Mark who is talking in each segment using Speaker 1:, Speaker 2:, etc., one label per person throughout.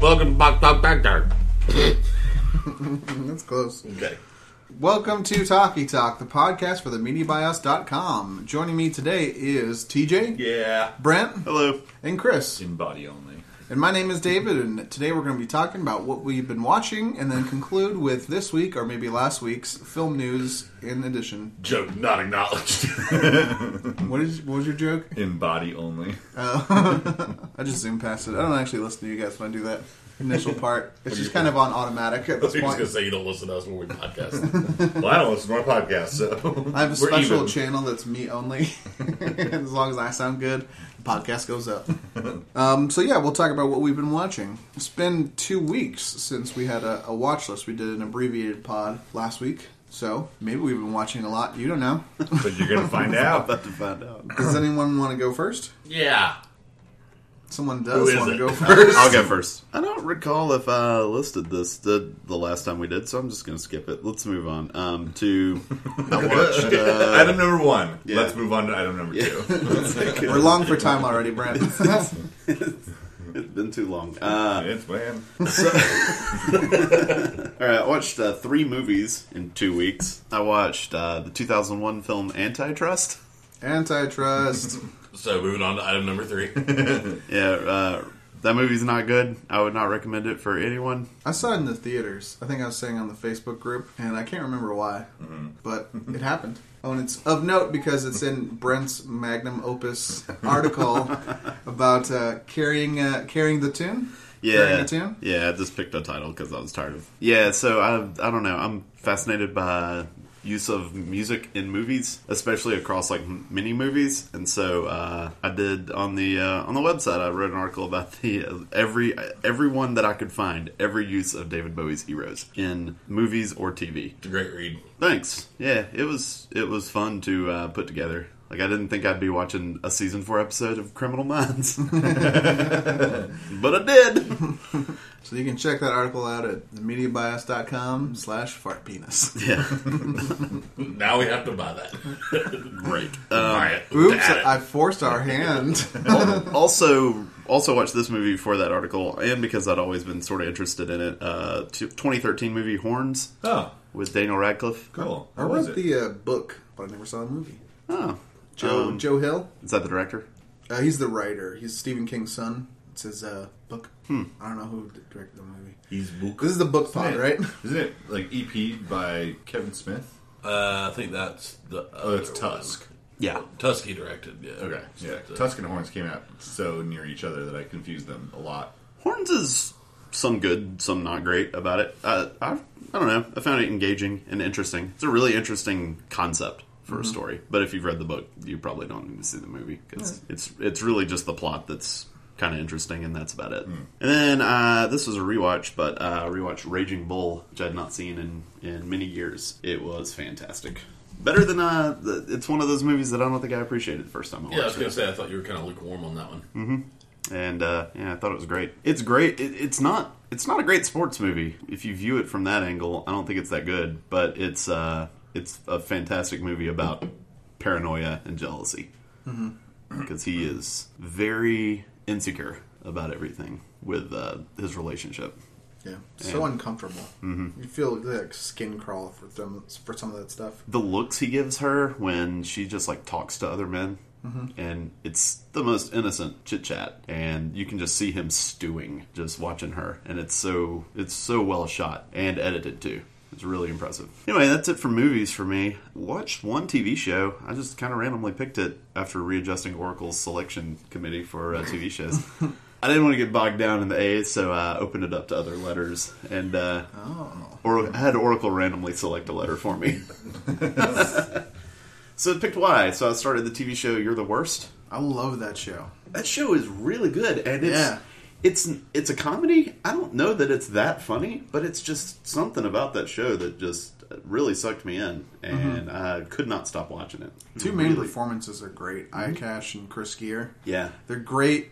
Speaker 1: Welcome back, back, back there.
Speaker 2: That's close.
Speaker 1: Okay.
Speaker 2: Welcome to Talkie Talk, the podcast for the MediaBios.com. Joining me today is TJ,
Speaker 1: Yeah.
Speaker 2: Brent,
Speaker 3: Hello.
Speaker 2: and Chris.
Speaker 3: In body only.
Speaker 2: And my name is David, and today we're going to be talking about what we've been watching and then conclude with this week or maybe last week's film news in addition.
Speaker 1: Joke not acknowledged.
Speaker 2: What is what was your joke?
Speaker 3: In body only.
Speaker 2: I just zoom past it. I don't actually listen to you guys when I do that initial part. It's just kind of on automatic at this
Speaker 1: You're just gonna
Speaker 2: point.
Speaker 1: say you don't listen to us when we podcast. well, I don't listen to my podcast, so
Speaker 2: I have a
Speaker 1: we're
Speaker 2: special
Speaker 1: even.
Speaker 2: channel that's me only. as long as I sound good, the podcast goes up. um, so yeah, we'll talk about what we've been watching. It's been two weeks since we had a, a watch list. We did an abbreviated pod last week, so maybe we've been watching a lot. You don't know.
Speaker 3: But you're gonna find out.
Speaker 2: to find out. Does anyone want to go first?
Speaker 1: Yeah.
Speaker 2: Someone
Speaker 1: Who
Speaker 2: does
Speaker 1: is
Speaker 2: want to
Speaker 1: it?
Speaker 2: go first.
Speaker 4: I'll go first. I don't recall if I listed this the, the last time we did, so I'm just going to skip it. Let's move on um, to I watched. Uh,
Speaker 3: item number one.
Speaker 4: yeah.
Speaker 3: Let's move on to item number two.
Speaker 2: We're long for time already, Brent.
Speaker 4: it's been too long. Uh,
Speaker 3: it's man.
Speaker 4: all right, I watched uh, three movies in two weeks. I watched uh, the 2001 film Antitrust.
Speaker 2: Antitrust.
Speaker 1: So moving on to item number three.
Speaker 4: Yeah, uh, that movie's not good. I would not recommend it for anyone.
Speaker 2: I saw it in the theaters. I think I was saying on the Facebook group, and I can't remember why, but it happened. Oh, and it's of note because it's in Brent's magnum opus article about uh, carrying uh, carrying the tune. Carrying
Speaker 4: Yeah,
Speaker 2: the tune.
Speaker 4: yeah. I just picked a title because I was tired of. Yeah, so I I don't know. I'm fascinated by use of music in movies, especially across like m- mini movies. And so uh, I did on the uh, on the website. I wrote an article about the uh, every everyone that I could find every use of David Bowie's heroes in movies or TV.
Speaker 1: It's a great read.
Speaker 4: Thanks. Yeah, it was it was fun to uh, put together. Like I didn't think I'd be watching a season four episode of Criminal Minds, but I did.
Speaker 2: So you can check that article out at themediabias.com slash fartpenis.
Speaker 4: Yeah.
Speaker 1: Now we have to buy that.
Speaker 4: Great.
Speaker 1: All right.
Speaker 2: Um, Oops,
Speaker 1: Add it.
Speaker 2: I forced our hand.
Speaker 4: also, also watched this movie before that article, and because I'd always been sort of interested in it. Uh, t- 2013 movie Horns
Speaker 3: Oh,
Speaker 4: with Daniel Radcliffe.
Speaker 3: cool.
Speaker 2: I
Speaker 3: What was
Speaker 2: wrote
Speaker 3: it?
Speaker 2: the uh, book, but I never saw the movie.
Speaker 4: Oh,
Speaker 2: Joe
Speaker 4: Um,
Speaker 2: Joe Hill.
Speaker 4: is that the director?
Speaker 2: Uh, he's the writer. He's Stephen King's son. It's his uh, book. I don't know who directed the movie.
Speaker 1: He's book.
Speaker 2: This is the book pod,
Speaker 3: Yeah.
Speaker 2: right?
Speaker 3: Isn't it like EP by Kevin Smith?
Speaker 1: Uh, I think that's the.
Speaker 3: Oh, that's
Speaker 1: other
Speaker 3: Tusk.
Speaker 4: Yeah.
Speaker 1: one. Tusk he directed. Yeah.
Speaker 3: Okay. Yeah.
Speaker 1: That's it.
Speaker 3: Tusk and Horns came out so near each other that I confused them a lot.
Speaker 4: Horns is some good, some not great about it. Uh, I, I don't know. I found it engaging and interesting. It's a really interesting concept for a story. But if you've read the book, you probably don't need to see the movie because it's it's really just the plot that's kind of interesting, and that's about it. And then uh, this was a rewatch, but uh, I rewatched Raging Bull, which I had not seen in in many years. It was fantastic. Better than uh, the, it's one of those movies that I don't think I appreciated the first time I watched
Speaker 1: Yeah, I was
Speaker 4: it
Speaker 1: gonna say I thought you were kind of lukewarm on that one.
Speaker 4: and uh, yeah, I thought it was great. It's great. It, it's not. It's not a great sports movie if you view it from that angle. I don't think it's that good, but it's uh, it's a fantastic movie about paranoia and jealousy because he is very insecure about everything with uh, his relationship.
Speaker 2: Yeah, Mm-hmm. so uncomfortable. You feel like skin crawl for some for some of that stuff.
Speaker 4: the looks he gives her when she just like talks to other men and it's the most innocent chit chat and you can just see him stewing just watching her and it's so it's so well shot and edited too it's really impressive anyway that's it for movies for me watched one tv show i just kind of randomly picked it after readjusting oracle's selection committee for uh, tv shows I didn't want to get bogged down in the A's, so I opened it up to other letters, and uh, or I had Oracle randomly select a letter for me. So it picked Y. So I started the TV show You're the Worst.
Speaker 2: I love that show.
Speaker 4: That show is really good, and it's
Speaker 2: Yeah.
Speaker 4: it's it's a comedy. I don't know that it's that funny, but it's just something about that show that just really sucked me in, and I could not stop watching it.
Speaker 2: Two main
Speaker 4: Really.
Speaker 2: performances are great. Ikash and Chris Gear.
Speaker 4: Yeah.
Speaker 2: They're great.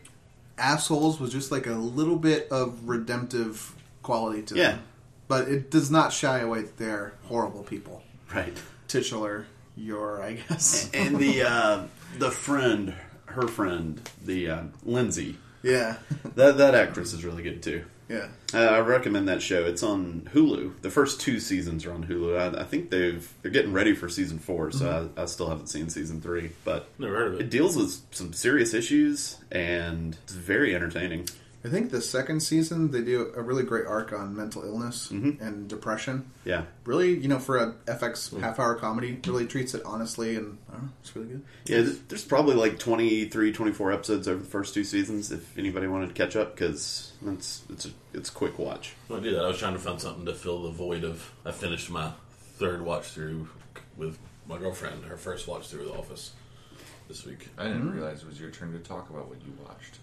Speaker 2: Assholes was just like a little bit of redemptive quality to
Speaker 4: Yeah.
Speaker 2: them. But it does not shy away that they're horrible people.
Speaker 4: Right.
Speaker 2: Titular, your I guess.
Speaker 4: and the uh, the friend, her friend, the uh, Lindsay,
Speaker 2: Yeah.
Speaker 4: That that actress is really good too.
Speaker 2: Yeah.
Speaker 4: Uh, I recommend that show. It's on Hulu. The first two seasons are on Hulu. I, I think they've they're getting ready for season four, so I, I still haven't seen season three. But
Speaker 1: Never heard of
Speaker 4: it
Speaker 1: it.
Speaker 4: deals with some serious issues, and it's very entertaining.
Speaker 2: I think the second season they do a really great arc on mental illness
Speaker 1: Mm-hmm.
Speaker 2: and depression.
Speaker 4: Yeah,
Speaker 2: Really, you know, for a FX
Speaker 1: Mm-hmm.
Speaker 2: half hour comedy, really treats it honestly and I don't know, it's really good.
Speaker 4: yeah. th- There's probably like 23, 24 episodes over the first two seasons. If anybody wanted to catch up, because it's it's a, it's a quick watch.
Speaker 1: I'm gonna do that. I was trying to find something to fill the void of. I finished my third watch through with my girlfriend. Her first watch through The Office this week.
Speaker 5: I didn't realize it was your turn to talk about what you watched.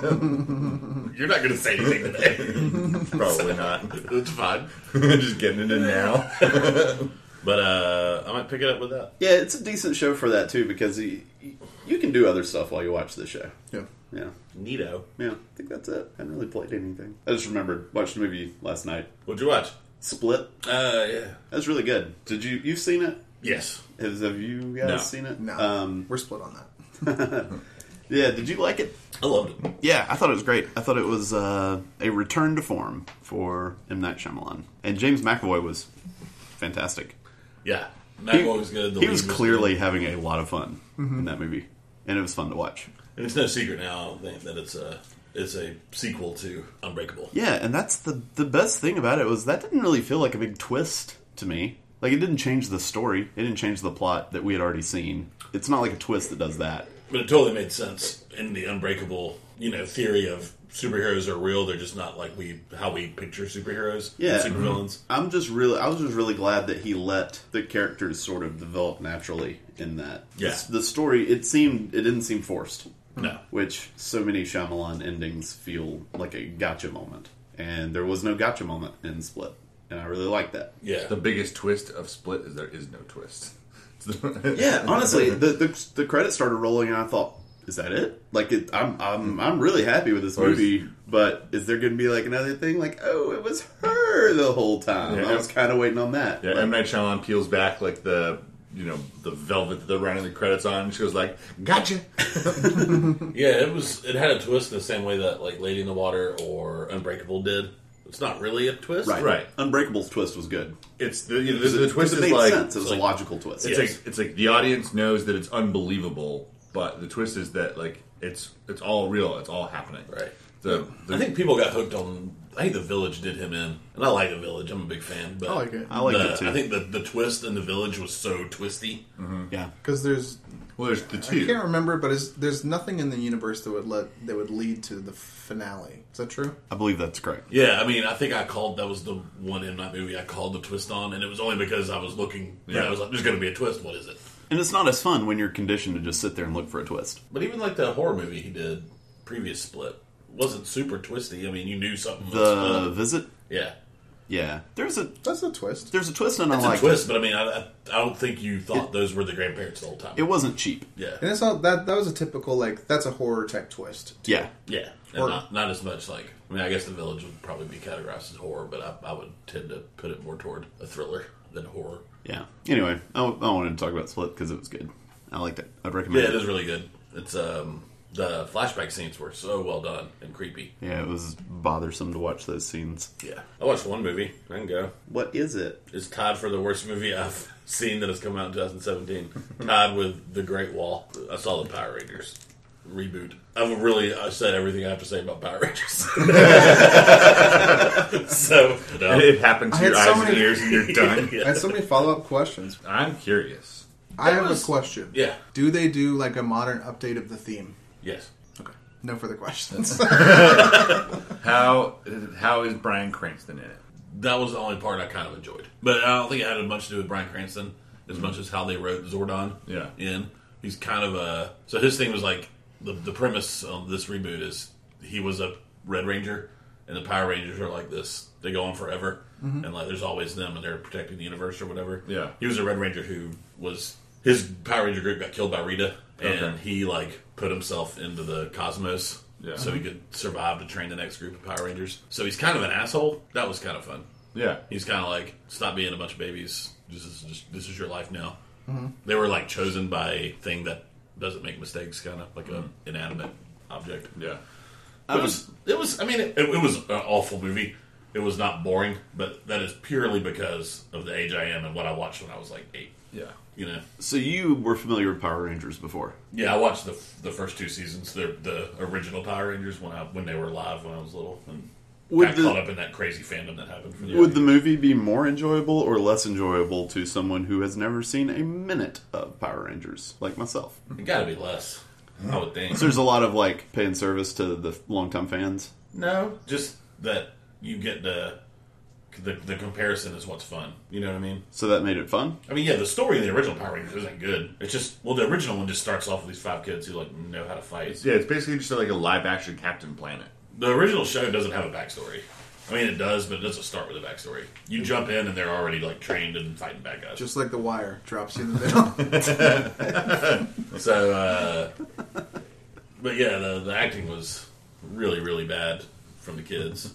Speaker 1: You're not gonna say anything today.
Speaker 3: Probably not.
Speaker 1: it's fine.
Speaker 3: Just getting it in now.
Speaker 1: But uh, I might pick it up with that.
Speaker 4: Yeah, it's a decent show for that too, because you, you can do other stuff while you watch the show.
Speaker 2: Yeah.
Speaker 4: Yeah.
Speaker 1: Neato.
Speaker 4: Yeah, I think that's it. I haven't really played anything. I just remembered watched a movie last night.
Speaker 1: What'd you watch?
Speaker 4: Split.
Speaker 1: Uh, yeah.
Speaker 4: That's really good. Did you you've seen it?
Speaker 1: Yes.
Speaker 4: Has, have you guys
Speaker 1: No.
Speaker 4: seen it?
Speaker 2: No.
Speaker 4: Um,
Speaker 2: We're split on that.
Speaker 4: yeah. Did you like it?
Speaker 1: I loved it.
Speaker 4: Yeah, I thought it was great. I thought it was uh, a return to form for M Night Shyamalan, and James McAvoy was fantastic.
Speaker 1: Yeah. Matt was good. The
Speaker 4: He
Speaker 1: lead
Speaker 4: was
Speaker 1: good.
Speaker 4: clearly having a lot of fun in that movie, and it was fun to watch.
Speaker 1: And it's no secret now that it's a it's a sequel to Unbreakable.
Speaker 4: Yeah, and that's the the best thing about it was that didn't really feel like a big twist to me. Like it didn't change the story. It didn't change the plot that we had already seen. It's not like a twist that does that.
Speaker 1: But it totally made sense in the Unbreakable, you know, theory of superheroes are real. They're just not like we how we picture superheroes,
Speaker 4: Yeah.
Speaker 1: and supervillains.
Speaker 4: I'm just really I was just really glad that he let the characters sort of develop naturally in that.
Speaker 1: Yeah.
Speaker 4: This- The, story it seemed it didn't seem forced,
Speaker 2: Mm-hmm.
Speaker 1: No,
Speaker 4: which so many Shyamalan endings feel like a gotcha moment. And there was no gotcha moment in Split. And I really liked that.
Speaker 1: yeah,
Speaker 5: The biggest twist of Split is there is no twist.
Speaker 4: Yeah, honestly, the, the the credits started rolling, and I thought, "Is that it? Like, it, I'm I'm I'm really happy with this
Speaker 5: Or is-
Speaker 4: movie, but is there going to be like another thing? Like, oh, it was her the whole time. I
Speaker 3: Yeah.
Speaker 4: was kind of waiting on that.
Speaker 3: Yeah,
Speaker 4: Like,
Speaker 3: M Night Shyamalan peels back like the you know the velvet that they're running the credits on, and she goes like, "Gotcha."
Speaker 1: yeah. It was it had a twist in the same way that like Lady in the Water or Unbreakable did. It's not really a twist,
Speaker 4: right,
Speaker 3: right.
Speaker 4: Unbreakable's twist was good.
Speaker 3: It's the, you know, the, the twist
Speaker 4: it
Speaker 3: is
Speaker 4: made
Speaker 3: like
Speaker 4: sense. It was
Speaker 1: like-
Speaker 4: a logical twist.
Speaker 3: it's
Speaker 1: Yes.
Speaker 3: like it's like the audience knows that it's unbelievable, but the twist is that like it's it's all real, it's all happening.
Speaker 1: Right.
Speaker 3: The, the
Speaker 1: I think people got hooked on. I think the Village did him in, and I like the Village. I'm a big fan, but
Speaker 2: I like it.
Speaker 4: I liked
Speaker 1: the-
Speaker 4: it, too.
Speaker 1: I think the the twist in the Village was so twisty.
Speaker 4: Yeah,
Speaker 2: Because there's
Speaker 3: well, there's the
Speaker 2: I can't
Speaker 3: two.
Speaker 2: remember, but is, there's nothing in the universe that would let that would lead to the finale. Is that true?
Speaker 4: I believe that's correct.
Speaker 1: Yeah, I mean, I think I called that was the one in that movie I called the twist on, and it was only because I was looking. Yeah, I was like, "There's going to be a twist. What is it?"
Speaker 4: And it's not as fun when you're conditioned to just sit there and look for a twist.
Speaker 1: But even like the horror movie he did previous split wasn't super twisty. I mean, you knew something. was
Speaker 4: The
Speaker 1: up.
Speaker 4: visit.
Speaker 1: yeah,
Speaker 4: Yeah, there's a
Speaker 2: That's a twist.
Speaker 4: there's a twist, and I
Speaker 1: it's
Speaker 4: like
Speaker 1: a twist, but I mean, I, I I don't think you thought those were the grandparents the whole time.
Speaker 4: it. It wasn't cheap.
Speaker 1: yeah,
Speaker 2: And it's all that that was a typical like that's a horror type twist.
Speaker 4: Yeah,
Speaker 1: yeah, and
Speaker 2: Or-
Speaker 1: not not as much like. I mean, I guess the village would probably be categorized as horror, but I, I would tend to put it more toward a thriller than horror.
Speaker 4: yeah. Anyway, I, I wanted to talk about Split because it was good. I liked it. I'd recommend
Speaker 1: Yeah,
Speaker 4: it.
Speaker 1: it is really good. It's um the flashback scenes were so well done and creepy.
Speaker 4: Yeah, it was bothersome to watch those scenes.
Speaker 1: Yeah, I watched one movie. I can go.
Speaker 4: What is it?
Speaker 1: It's tied for the worst movie I've seen that has come out in 2017. tied with The Great Wall. I saw the Power Rangers reboot. I've really I said everything I have to say about Power Rangers. so no.
Speaker 3: It happened
Speaker 2: I
Speaker 3: to
Speaker 2: had
Speaker 3: your eyes
Speaker 2: so
Speaker 3: and
Speaker 2: many-
Speaker 3: ears, and you're done.
Speaker 2: I had so many follow up questions.
Speaker 3: I'm curious.
Speaker 2: I
Speaker 1: That
Speaker 2: have
Speaker 1: was-
Speaker 2: a question.
Speaker 1: yeah.
Speaker 2: Do they do like a modern update of the theme?
Speaker 1: Yes.
Speaker 2: Okay. No further questions.
Speaker 3: How how is Brian Cranston in it?
Speaker 1: That was the only part I kind of enjoyed. But I don't think it had much to do with Brian Cranston as much as how they wrote Zordon
Speaker 3: Yeah.
Speaker 1: in. He's kind of a. So his thing was like the, the premise of this reboot is he was a Red Ranger, and the Power Rangers are like this. They go on forever, and like there's always them, and they're protecting the universe or whatever.
Speaker 3: Mm-hmm. Yeah.
Speaker 1: He was a Red Ranger who was. His Power Ranger group got killed by Rita, and
Speaker 3: Okay.
Speaker 1: he like put himself into the cosmos
Speaker 3: Yeah.
Speaker 1: so he could survive to train the next group of Power Rangers. So he's kind of an asshole. That was kind of fun.
Speaker 3: Yeah.
Speaker 1: He's kind of like, stop being a
Speaker 3: Mm-hmm.
Speaker 1: bunch of babies. This is just this is your life now. They were like chosen by a thing that doesn't make mistakes, kind of like an inanimate object.
Speaker 3: Mm-hmm. Yeah.
Speaker 1: It was. It was. I mean, it, it was an awful movie. It was not boring, but that is purely because of the age I am and what I watched when I was like eight.
Speaker 3: Yeah.
Speaker 1: You know.
Speaker 4: So you were familiar with Power Rangers before?
Speaker 1: Yeah, I watched the the first two seasons, the the original Power Rangers when I when they were live when I was little, and
Speaker 4: Would
Speaker 1: got
Speaker 4: the-
Speaker 1: caught up in that crazy fandom that happened for the
Speaker 4: Would the movie be more enjoyable or less enjoyable to someone who has never seen a minute of Power Rangers, like myself?
Speaker 1: It got to be less, I would think.
Speaker 4: So there's a lot of like paying service to the longtime fans.
Speaker 1: No, just that you get the the the comparison is what's fun. You know what I mean?
Speaker 4: So that made it fun.
Speaker 1: I mean, yeah, the story in the original Power Rangers isn't good. It's just well, the original one just starts off with these five kids who like know how to fight.
Speaker 3: Yeah, it's basically just like a live action Captain Planet.
Speaker 1: The original show doesn't have a backstory. I mean, it does, but it doesn't start with a backstory. You jump in and they're already like trained and fighting bad guys.
Speaker 2: Just like the wire drops you in the middle.
Speaker 1: So, uh, but yeah, the, the acting was really, really bad from the kids.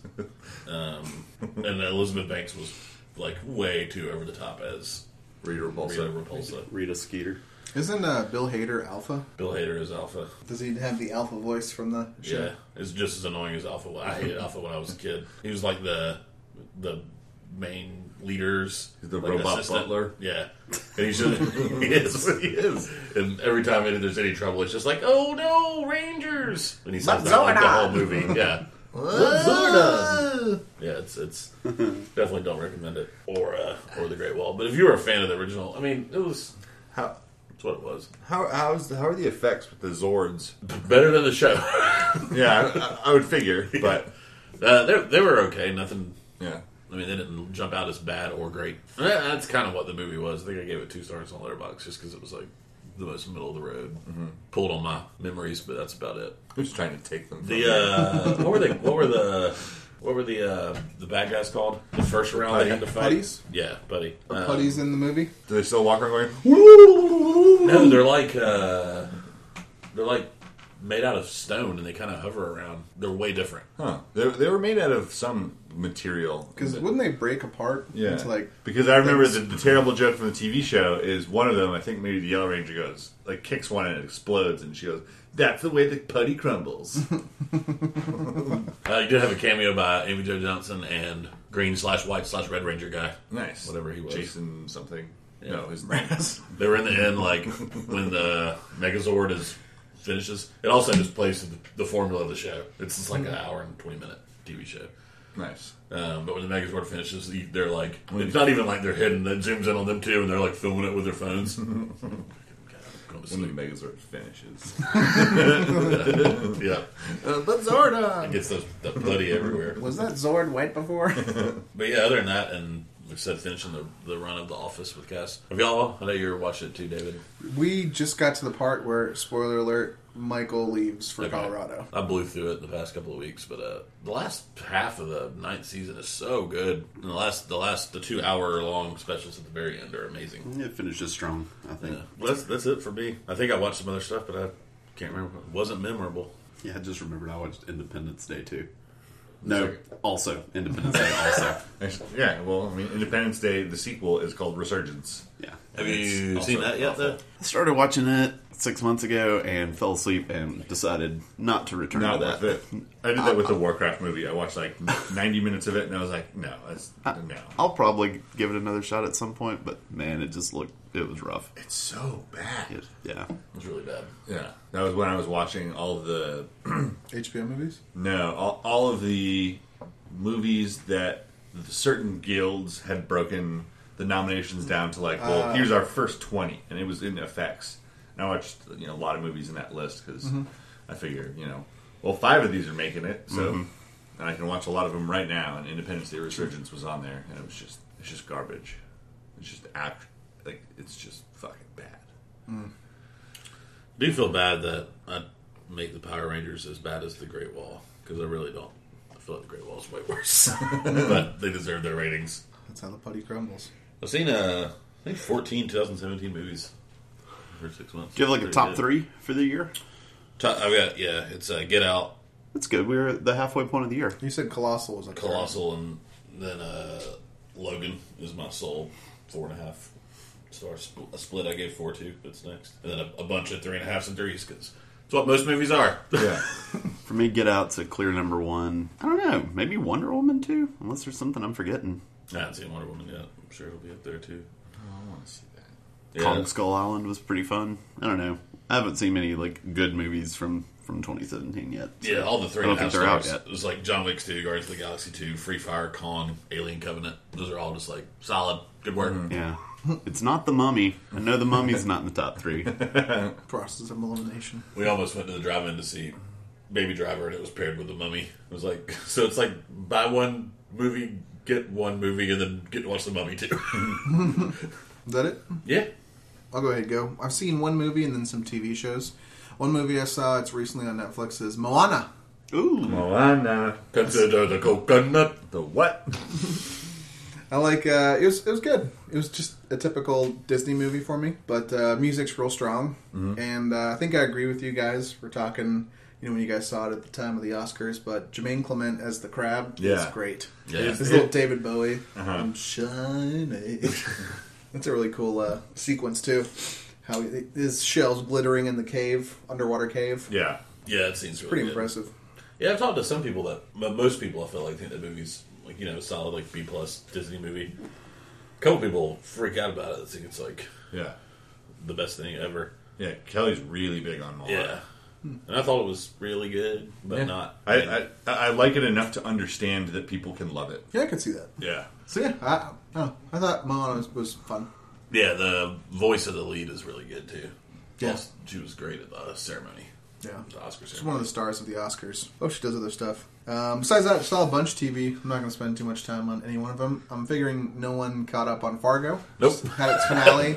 Speaker 1: Um, and Elizabeth Banks was like way too over the top as
Speaker 3: Rita
Speaker 1: Rita
Speaker 3: Repulsa.
Speaker 1: Repulsa.
Speaker 4: Rita Skeeter.
Speaker 2: Isn't uh, Bill Hader alpha?
Speaker 1: Bill Hader is Alpha.
Speaker 2: Does he have the alpha voice from the show?
Speaker 1: Yeah, it's just as annoying as Alpha. I hated Alpha when I was a kid. He was like the the main leaders,
Speaker 3: The
Speaker 1: like,
Speaker 3: robot butler?
Speaker 1: Yeah, and he's just he is he is. And every time any- there's any trouble, it's just like, oh no, Rangers! And he says that like, the whole movie. Yeah. Yeah, it's it's definitely don't recommend it or uh, or the Great Wall. But if you were a fan of the original, I mean, it was
Speaker 3: How
Speaker 1: it's what it was.
Speaker 3: how how's the, how are the effects with the Zords?
Speaker 1: Better than the show.
Speaker 3: yeah, I, I would figure, but
Speaker 1: uh, they they were okay. Nothing.
Speaker 3: yeah.
Speaker 1: I mean, they didn't jump out as bad or great. And that- That's kind of what the movie was. I think I gave it two stars on Letterboxd just because it was like the most middle of the road. Pulled on my memories, but that's about it.
Speaker 3: Who's trying to take them? From
Speaker 1: The uh, what were they? What were the what were the uh, the bad guys called? The first round they had to fight.
Speaker 2: Putties?
Speaker 1: Yeah, Uh, buddy.
Speaker 2: Are putties in the movie?
Speaker 3: Do they still walk around
Speaker 1: Um,
Speaker 3: going?
Speaker 1: no, they're like uh, they're like made out of stone, and they kind of hover around. They're way different.
Speaker 3: Huh? They, they were made out of some material.
Speaker 2: Because wouldn't they break apart?
Speaker 3: Yeah,
Speaker 2: It's like
Speaker 3: because I remember the, the terrible joke from the TV show is one of them. I think maybe the Yellow Ranger goes like kicks one and it explodes, and she goes, "That's the way the putty crumbles."
Speaker 1: Uh, you did have a cameo by Amy Jo Johnson and Green slash White slash Red Ranger guy.
Speaker 3: nice,
Speaker 1: Whatever he was.
Speaker 3: Jason something. No, his name. is-
Speaker 1: They were in the end, like when the Megazord is finishes. It also just plays the, the formula of the show. It's just like an hour and twenty minute TV show.
Speaker 3: nice.
Speaker 1: Um, but when the Megazord finishes, you- they're like it's not even like they're hidden. That zooms in on them too, and they're like filming it with their phones. God, I'm going to
Speaker 3: When the
Speaker 1: sleep.
Speaker 3: Megazord finishes,
Speaker 1: Yeah,
Speaker 3: uh, but Zorda.
Speaker 1: gets the, the putty everywhere.
Speaker 2: was that Zord white before?
Speaker 1: But yeah, other than that, and like I said, finishing the, the run of The Office with Cass. Have y'all? I know you're watching it too, David.
Speaker 2: we just got to the part where spoiler alert: Michael leaves for
Speaker 1: Okay.
Speaker 2: Colorado.
Speaker 1: I blew through it the past couple of weeks, but uh, the last half of the ninth season is so good. And the last, the last, the two hour long specials at the very end are amazing.
Speaker 4: It finishes strong, I think.
Speaker 1: Yeah. Well, that's that's it for me. I think I watched some other stuff, but I can't remember. It wasn't memorable.
Speaker 4: Yeah, I just remembered I watched Independence Day too. No, also Independence Day also.
Speaker 3: Yeah, well, I mean, Independence Day, the sequel is called Resurgence.
Speaker 4: Yeah.
Speaker 1: Have
Speaker 3: It's
Speaker 1: you
Speaker 3: also
Speaker 1: seen that yet?
Speaker 3: awful.
Speaker 1: Though
Speaker 4: I started watching it six months ago and fell asleep and decided not to return
Speaker 3: Not
Speaker 4: to
Speaker 3: worth
Speaker 4: that.
Speaker 3: it. I did that with the Warcraft movie. I watched like 90 minutes of it, and I was like, no, that's no.
Speaker 4: I'll probably give it another shot at some point, but man, it just looked it was rough.
Speaker 3: It's so bad.
Speaker 4: It, yeah.
Speaker 1: it was really bad.
Speaker 3: Yeah, that was when I was watching all of the
Speaker 2: HBO movies.
Speaker 3: no, all, all of the movies that certain guilds had broken the nominations down to like, well, here's our first 20, and it was in effects. And I watched you know a lot of movies in that list because I figure you know, well, five of these are making it, so and I can watch a lot of them right now. And Independence Day Resurgence was on there, and it was just it's just garbage. It's just act like it's just fucking bad.
Speaker 1: I do feel bad that uh, I make the Power Rangers as bad as the Great Wall because I really don't. I feel like the Great Wall is way worse, but they deserve their ratings.
Speaker 2: That's how the putty crumbles.
Speaker 1: I've seen uh, I think 14 2017 movies for six months.
Speaker 4: Do you have like a
Speaker 1: Pretty
Speaker 4: top
Speaker 1: good.
Speaker 4: three for the year?
Speaker 1: Top, I've got yeah. It's uh, Get Out,
Speaker 4: That's good. We're at the halfway point of the year.
Speaker 2: You said Colossal was a
Speaker 1: Colossal, and then uh, Logan is my sole four and a half So our sp- a split I gave four to. That's next, and then a, a bunch of three and a halfs and threes because it's what most movies are.
Speaker 3: Yeah.
Speaker 4: For me, Get Out's a clear number one. I don't know. Maybe Wonder Woman too, unless there's something I'm forgetting.
Speaker 1: I haven't seen Wonder Woman yet. I'm sure it'll be up there too.
Speaker 5: I want to see that.
Speaker 1: Yeah.
Speaker 4: Kong Skull Island was pretty fun. I don't know. I haven't seen many like good movies from from 2017 yet.
Speaker 1: Yeah, all the three
Speaker 4: I
Speaker 1: and
Speaker 4: don't
Speaker 1: a half
Speaker 4: think they're out
Speaker 1: stars.
Speaker 4: yet.
Speaker 1: It was like John Wick's two, Guardians of the Galaxy two, Free Fire, Kong, Alien Covenant. Those are all just like solid, good work.
Speaker 4: Yeah. It's not the mummy. I know the mummy's not in the top three.
Speaker 2: Process of elimination.
Speaker 1: We almost went to the drive-in to see Baby Driver, and it was paired with The Mummy. It was like so. It's like buy one movie, get one movie, and then get to watch The Mummy too.
Speaker 2: Is that it?
Speaker 1: yeah,
Speaker 2: I'll go ahead and go. I've seen one movie and then some TV shows. One movie I saw, it's recently on Netflix, is Moana.
Speaker 4: Ooh.
Speaker 3: Moana.
Speaker 1: consider the coconut.
Speaker 3: The what?
Speaker 2: I like uh, it was it was good. It was just a typical Disney movie for me, but uh, music's real strong,
Speaker 1: Mm-hmm.
Speaker 2: and uh, I think I agree with you guys. We're talking, you know, when you guys saw it at the time of the Oscars, but Jermaine Clement as the crab is
Speaker 3: Yeah.
Speaker 2: great.
Speaker 1: Yeah. Uh-huh.
Speaker 2: It's this little David Bowie, I'm shining. That's a really cool uh, sequence too. How he- his shell's glittering in the cave, underwater cave.
Speaker 3: Yeah.
Speaker 1: Yeah, it seems really
Speaker 2: Pretty
Speaker 1: good.
Speaker 2: impressive.
Speaker 1: Yeah, I've talked to some people that, but most people I feel like think the movie's like you know solid like B plus Disney movie. A couple people freak out about it. I think it's like
Speaker 3: Yeah.
Speaker 1: the best thing ever.
Speaker 3: Yeah. Kelly's really big on Moana.
Speaker 1: Yeah, and I thought it was really good, but
Speaker 5: Yeah.
Speaker 1: not.
Speaker 3: I, I I like it enough to understand that people can love it.
Speaker 2: Yeah, I could see that.
Speaker 3: Yeah.
Speaker 2: So yeah, I, oh, I thought Moana was, was fun.
Speaker 1: yeah, the voice of the lead is really good too.
Speaker 2: Yeah.
Speaker 1: Plus, she was great at the ceremony.
Speaker 2: Yeah.
Speaker 1: the Oscar
Speaker 2: She's one
Speaker 1: ceremony.
Speaker 2: of the stars of the Oscars. Oh, she does other stuff. Um, besides that, I saw a bunch of TV. I'm not going to spend too much time on any one of them. I'm figuring no one caught up on Fargo.
Speaker 1: Nope.
Speaker 2: Just had its finale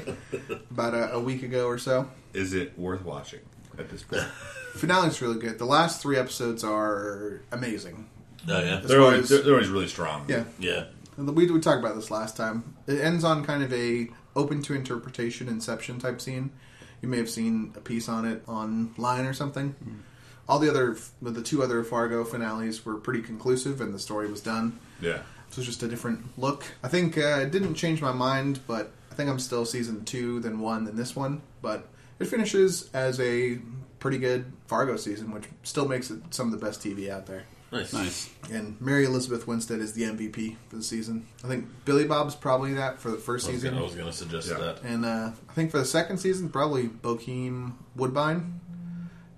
Speaker 2: about a, a week ago or so.
Speaker 3: Is it worth watching at this point?
Speaker 2: Finale's really good. The last three episodes are amazing.
Speaker 1: Oh yeah,
Speaker 3: They're
Speaker 2: far
Speaker 3: always,
Speaker 2: as-
Speaker 3: they're, they're always really strong.
Speaker 2: Yeah,
Speaker 1: yeah,
Speaker 2: we we talked about this last time. It ends on kind of a open to interpretation Inception type scene. You may have seen a piece on it online or something. All the other, the two other Fargo finales were pretty conclusive, and the story was done.
Speaker 3: Yeah.
Speaker 2: So it's just a different look. I think uh, it didn't change my mind, but I think I'm still season two, then one, then this one. But it finishes as a pretty good Fargo season, which still makes it some of the best TV out there.
Speaker 1: nice,
Speaker 4: Nice.
Speaker 2: And Mary Elizabeth Winstead is the MVP for the season. I think Billy Bob's probably that for the first
Speaker 1: I was
Speaker 2: season.
Speaker 1: gonna, I was gonna suggest
Speaker 3: Yeah.
Speaker 1: that.
Speaker 2: And uh, I think for the second season, probably Bokeem Woodbine,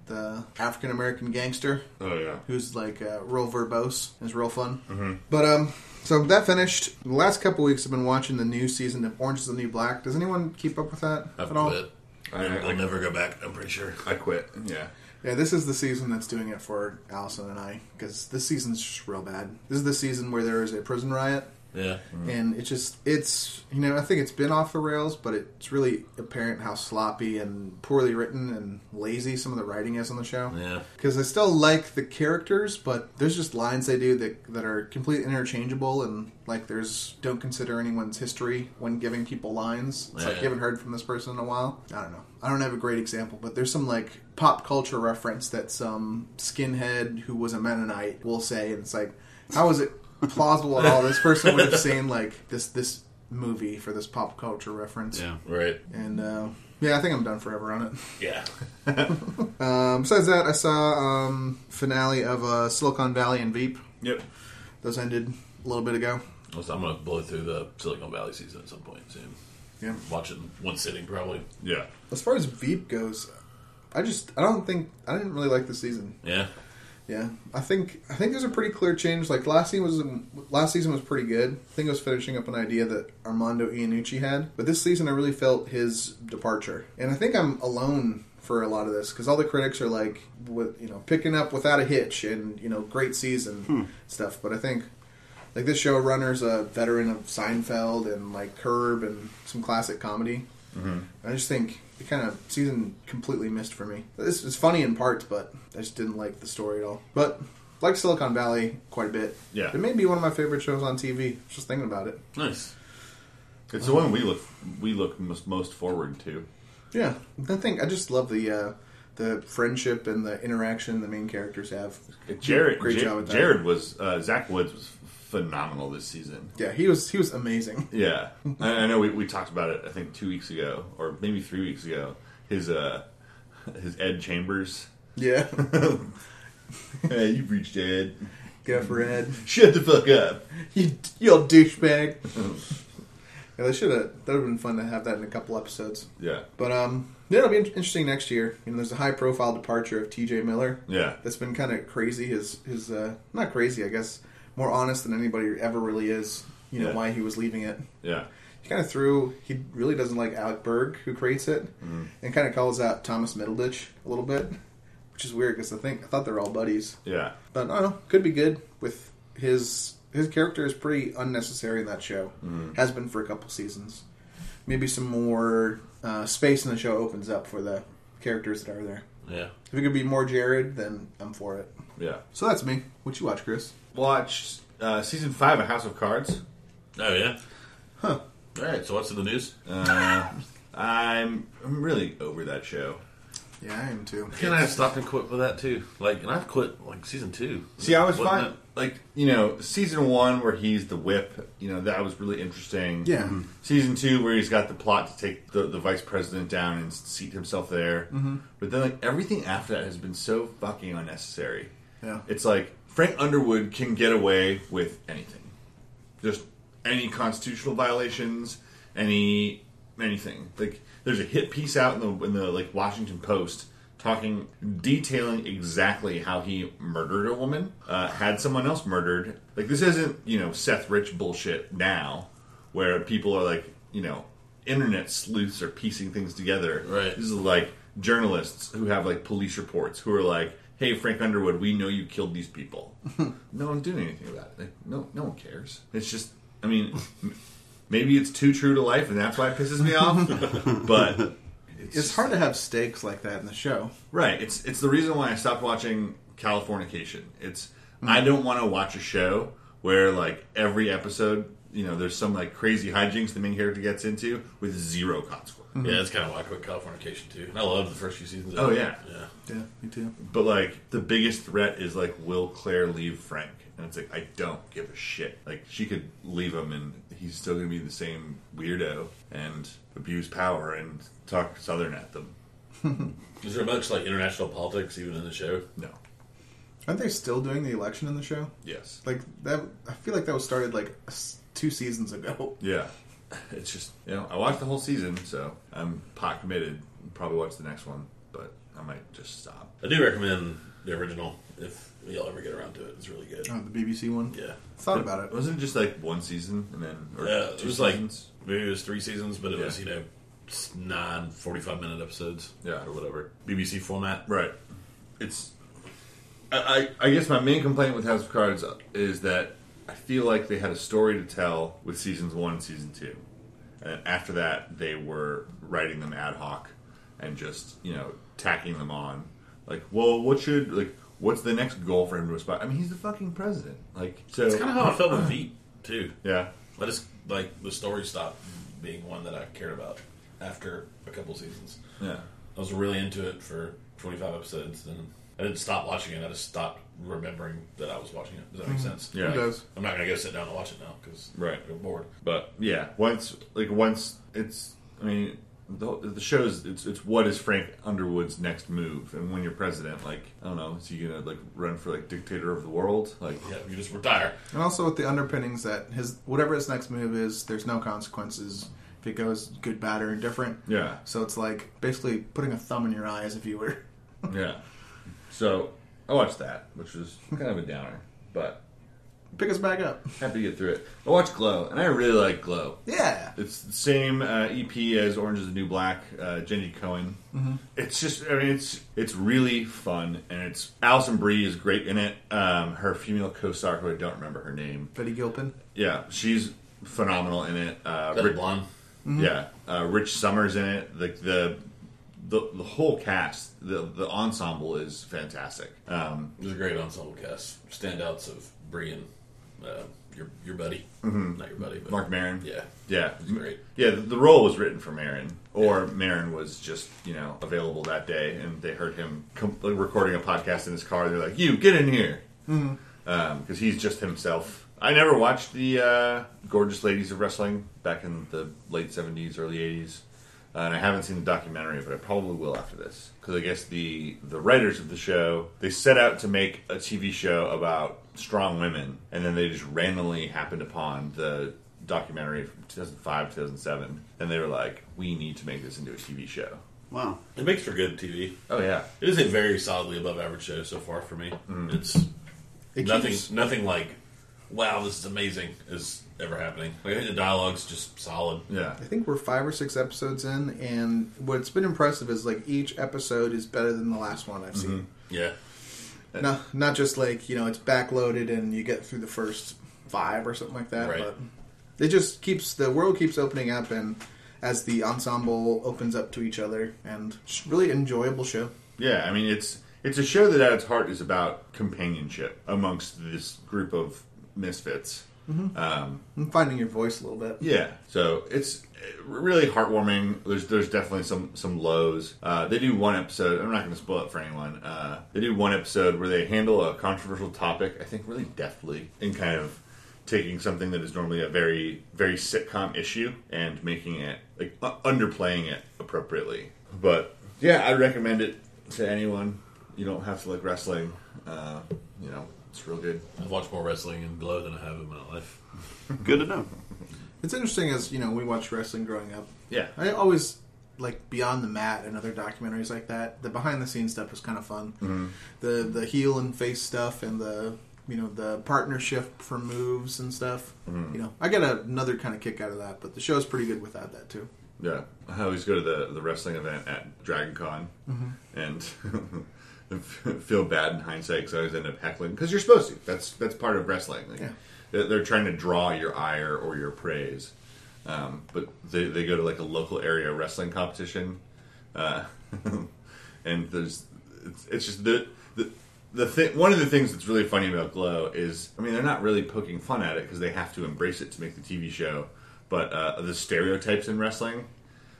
Speaker 2: the African American gangster
Speaker 3: Oh yeah.
Speaker 2: who's like uh, real verbose. It's real fun. But um, so that finished. The last couple weeks, I've been watching the new season of Orange Is the New Black. Does anyone keep up with that
Speaker 1: I've
Speaker 2: at all?
Speaker 1: quit.
Speaker 3: I-
Speaker 1: I'll
Speaker 3: I-
Speaker 1: never go back. I'm pretty sure.
Speaker 3: I quit. Yeah.
Speaker 2: Yeah, this is the season that's doing it for Allison and I because this season's just real bad. This is the season where there is a prison riot.
Speaker 1: Yeah,
Speaker 2: And it just, it's, you know, I think it's been off the rails, but it's really apparent how sloppy and poorly written and lazy some of the writing is on the show.
Speaker 1: yeah.
Speaker 2: because I still like the characters, but there's just lines they do that that are completely interchangeable, and like there's don't consider anyone's history when giving people lines. It's like
Speaker 1: Yeah.
Speaker 2: you haven't heard from this person in a while. I don't know. I don't have a great example, but there's some like pop culture reference that some skinhead who was a Mennonite will say, and it's like, how is it plausible at all? This person would have seen like this this movie for this pop culture reference.
Speaker 4: Yeah.
Speaker 1: Right.
Speaker 2: And uh, yeah, I think I'm done forever on it.
Speaker 1: Yeah.
Speaker 2: Um, besides that, I saw um, finale of uh, Silicon Valley and Veep.
Speaker 3: Yep.
Speaker 2: Those ended a little bit ago.
Speaker 1: Also, I'm gonna blow through the Silicon Valley season at some point soon.
Speaker 2: Yeah.
Speaker 1: Watch it in one sitting probably.
Speaker 3: Yeah.
Speaker 2: As far as Veep goes, I just I don't think I didn't really like the season.
Speaker 1: Yeah.
Speaker 2: Yeah, I think I think there's a pretty clear change. Like last season was last season was pretty good. I think it was finishing up an idea that Armando Iannucci had, but this season I really felt his departure, and I think I'm alone for a lot of this because all the critics are like, with, you know, picking up without a hitch and you know, great season stuff. But I think like this showrunner's a veteran of Seinfeld and like Curb and some classic comedy. I just think it kind of season completely missed for me. This is funny in parts, but I just didn't like the story at all. But like Silicon Valley quite a bit.
Speaker 3: Yeah.
Speaker 2: it may be one of my favorite shows on TV. Just thinking about it.
Speaker 1: Nice.
Speaker 3: It's the one we look we look most, most forward to.
Speaker 2: Yeah, I think I just love the uh, the friendship and the interaction the main characters have.
Speaker 3: Jared.
Speaker 2: Great
Speaker 3: Ja-
Speaker 2: job with that.
Speaker 3: Jared was uh, Zach Woods was phenomenal this season.
Speaker 2: Yeah, he was he was amazing.
Speaker 3: Yeah, I, I know. We, we talked about it. I think two weeks ago, or maybe three weeks ago. His uh, his Ed Chambers.
Speaker 2: Yeah,
Speaker 3: hey, you've reached Ed.
Speaker 2: go for Ed.
Speaker 3: Shut the fuck up.
Speaker 2: You you old douchebag. yeah, they should have. That would have been fun to have that in a couple episodes.
Speaker 3: Yeah,
Speaker 2: But um, yeah, it'll be in- interesting next year. You know, there's a high profile departure of T.J. Miller.
Speaker 3: yeah,
Speaker 2: that's been kind of crazy. His his uh, not crazy, I guess, more honest than anybody ever really is. You know
Speaker 3: Yeah.
Speaker 2: why he was leaving it.
Speaker 3: yeah,
Speaker 2: He kind of threw. He really doesn't like Alec Berg, who creates it,
Speaker 3: Mm.
Speaker 2: and kind of calls out Thomas Middleditch a little bit, which is weird because I think I thought they were all buddies.
Speaker 3: yeah.
Speaker 2: But I don't know, could be good with his his character is pretty unnecessary in that show. Has been for a couple seasons. Maybe some more uh, space in the show opens up for the characters that are there.
Speaker 1: Yeah.
Speaker 2: If it could be more Jared, then I'm for it.
Speaker 3: yeah.
Speaker 2: So that's me. What you watch, Chris?
Speaker 3: Watched uh, season five of House of Cards.
Speaker 1: Oh yeah.
Speaker 2: Huh.
Speaker 1: All right. So what's in the news?
Speaker 3: I'm I'm really over that show.
Speaker 2: Yeah, I am too.
Speaker 1: Can I have stopped and quit with that too? Like, and I've quit like season two.
Speaker 3: See, I was
Speaker 1: Wasn't
Speaker 3: fine.
Speaker 1: it-
Speaker 3: Like you know, season one where he's the whip, you know that was really interesting.
Speaker 2: Yeah. Mhm.
Speaker 3: Season two where he's got the plot to take the, the vice president down and seat himself there. Mm-hmm. But then like everything after that has been so fucking unnecessary.
Speaker 2: Yeah.
Speaker 3: It's like Frank Underwood can get away with anything, just any constitutional violations, any anything. Like there's a hit piece out in the in the like Washington Post talking detailing exactly how he murdered a woman, uh, had someone else murdered. Like this isn't you know Seth Rich bullshit now, where people are like you know internet sleuths are piecing things together.
Speaker 1: Right.
Speaker 3: This is like journalists who have like police reports who are like, "Hey, Frank Underwood, we know you killed these people." no one's doing anything about it. Like, no, no one cares. It's just, I mean, m- maybe it's too true to life, and that's why it pisses me off. but
Speaker 2: It's hard to have stakes like that in the show.
Speaker 3: right, it's it's the reason why I stopped watching Californication. It's I don't want to watch a show where like every episode. You know, there's some like crazy hijinks the main character gets into with zero consequence.
Speaker 1: Yeah, that's kind of why I quit Californication too. And I loved the first few seasons. of
Speaker 3: Mm-hmm. Oh,
Speaker 1: it.
Speaker 3: yeah.
Speaker 1: yeah.
Speaker 2: Yeah, me too.
Speaker 3: But like the biggest threat is like, will Claire leave Frank? And it's like, I don't give a shit. Like she could leave him, and he's still gonna be the same weirdo and abuse power and talk Southern at them.
Speaker 1: Is there much like international politics even in the show?
Speaker 3: No.
Speaker 2: Aren't they still doing the election in the show?
Speaker 3: Yes.
Speaker 2: Like that? I feel like that was started like s- two seasons ago.
Speaker 3: Yeah. It's just you know I watched the whole season, so I'm pot committed. Probably watch the next one, but I might just stop.
Speaker 1: I do recommend the original if y'all ever get around to it. It's really good.
Speaker 2: Oh, the BBC one.
Speaker 1: Yeah.
Speaker 2: Thought about it.
Speaker 3: Wasn't it just like one season and then or
Speaker 1: Yeah, it
Speaker 3: two
Speaker 1: was like
Speaker 3: seasons?
Speaker 1: maybe it was three seasons, but it was
Speaker 3: Yeah.
Speaker 1: you know s- nine 45 minute episodes.
Speaker 3: Yeah.
Speaker 1: or whatever BBC format.
Speaker 3: Right. It's. I, I I guess my main complaint with House of Cards is that I feel like they had a story to tell with seasons one and season two. And after that, they were writing them ad hoc and just, you know, tacking them on. Like, well, what should, like, what's the next goal for him to aspire? I mean, he's the fucking president. Like, so.
Speaker 1: It's kind of how I felt with Veep too.
Speaker 3: yeah.
Speaker 1: I just like the story stopped being one that I cared about after a couple seasons.
Speaker 3: Yeah.
Speaker 1: I was really into it for 25 episodes, and I didn't stop watching it. I just stopped remembering that I was watching it. Does that make sense?
Speaker 3: Yeah.
Speaker 2: Mm-hmm. It does.
Speaker 1: I'm not gonna go sit down and watch it now because
Speaker 3: Right.
Speaker 1: I'm bored.
Speaker 3: But yeah, once like once it's I mean the, the show's it's it's what is Frank Underwood's next move? And when you're president, like I don't know, is he gonna like run for like dictator of the world? Like
Speaker 1: Yeah, you just retire.
Speaker 2: And also with the underpinnings that his whatever his next move is, there's no consequences if it goes good, bad, or indifferent.
Speaker 3: yeah,
Speaker 2: So it's like basically putting a thumb in your eye as a viewer.
Speaker 3: yeah. So I watched that, which was kind of a downer, but
Speaker 2: Pick us back up.
Speaker 3: happy to get through it. I watched Glow, and I really like Glow.
Speaker 2: Yeah.
Speaker 3: It's the same uh, EP as Orange Is the New Black, uh, Jenny Cohen. It's just, I mean, it's it's really fun, and it's Alison Brie is great in it. Um, her female co-star, who I don't remember her name,
Speaker 2: Betty Gilpin.
Speaker 3: yeah, she's phenomenal in it. Uh,
Speaker 1: Red
Speaker 3: Rick-
Speaker 1: blonde.
Speaker 3: yeah, uh, Rich Summers in it. Like the, the the whole cast, the the ensemble is fantastic. Um,
Speaker 1: There's a great ensemble cast. Standouts of Brian, uh, your your buddy, not your buddy, but
Speaker 3: Mm-hmm. Mark Maron,
Speaker 1: Yeah,
Speaker 3: Yeah,
Speaker 1: He's great.
Speaker 3: Yeah, the- the role was written for Marin, or Marin was just you know available that day, and they heard him com- like, recording a podcast in his car. They're like, "You get in here," because Um, he's just himself. I never watched the uh, Gorgeous Ladies of Wrestling back in the late 70s, early 80s. Uh, and I haven't seen the documentary, but I probably will after this. Because I guess the, the writers of the show, they set out to make a TV show about strong women. And then they just randomly happened upon the documentary from 2005, 2007. And they were like, we need to make this into a TV show.
Speaker 4: Wow.
Speaker 1: It makes for good TV.
Speaker 3: Oh, yeah.
Speaker 1: It is a very solidly above average show so far for me.
Speaker 3: Mm.
Speaker 1: It's
Speaker 2: It
Speaker 1: nothing,
Speaker 2: keeps-
Speaker 1: nothing like, wow, this is amazing is ever happening. Like I think the dialogue's just solid.
Speaker 3: Yeah.
Speaker 2: I think we're five or six episodes in, and what's been impressive is like each episode is better than the last one I've seen.
Speaker 1: Yeah,
Speaker 2: No, not just like you know it's backloaded and you get through the first five or something like that.
Speaker 1: Right.
Speaker 2: But it just keeps the world keeps opening up, and as the ensemble opens up to each other, and it's really enjoyable show.
Speaker 3: Yeah, I mean it's it's a show that at its heart is about companionship amongst this group of misfits.
Speaker 2: I'm finding your voice a little bit.
Speaker 3: Yeah, so it's really heartwarming. There's there's definitely some some lows. Uh, they do one episode. I'm not going to spoil it for anyone. Uh, they do one episode where they handle a controversial topic. I think really deftly and kind of taking something that is normally a very very sitcom issue and making it like u- underplaying it appropriately. But yeah, I recommend it to anyone. You don't have to like wrestling. Uh, you know, it's real good.
Speaker 1: I've watched more wrestling and Glow than I have in my life.
Speaker 4: Good to know.
Speaker 2: It's interesting as you know we watched wrestling growing up.
Speaker 3: Yeah.
Speaker 2: I always like Beyond the Mat and other documentaries like that. The behind the scenes stuff was kind of fun.
Speaker 1: Mm-hmm.
Speaker 2: The the heel and face stuff and the you know the partnership for moves and stuff.
Speaker 1: Mm-hmm.
Speaker 2: You know, I get another kind of kick out of that, but the show's pretty good without that too.
Speaker 3: Yeah, I always go to the, the wrestling event at Dragon Con and feel bad in hindsight because I always end up heckling because you're supposed to. That's that's part of wrestling. Like,
Speaker 2: Yeah.
Speaker 3: they're, they're trying to draw your ire or your praise. Um, but they, they go to like a local area wrestling competition, uh, and there's it's, it's just the the the thing. One of the things that's really funny about Glow is, I mean, they're not really poking fun at it because they have to embrace it to make the TV show. But uh, the stereotypes in wrestling,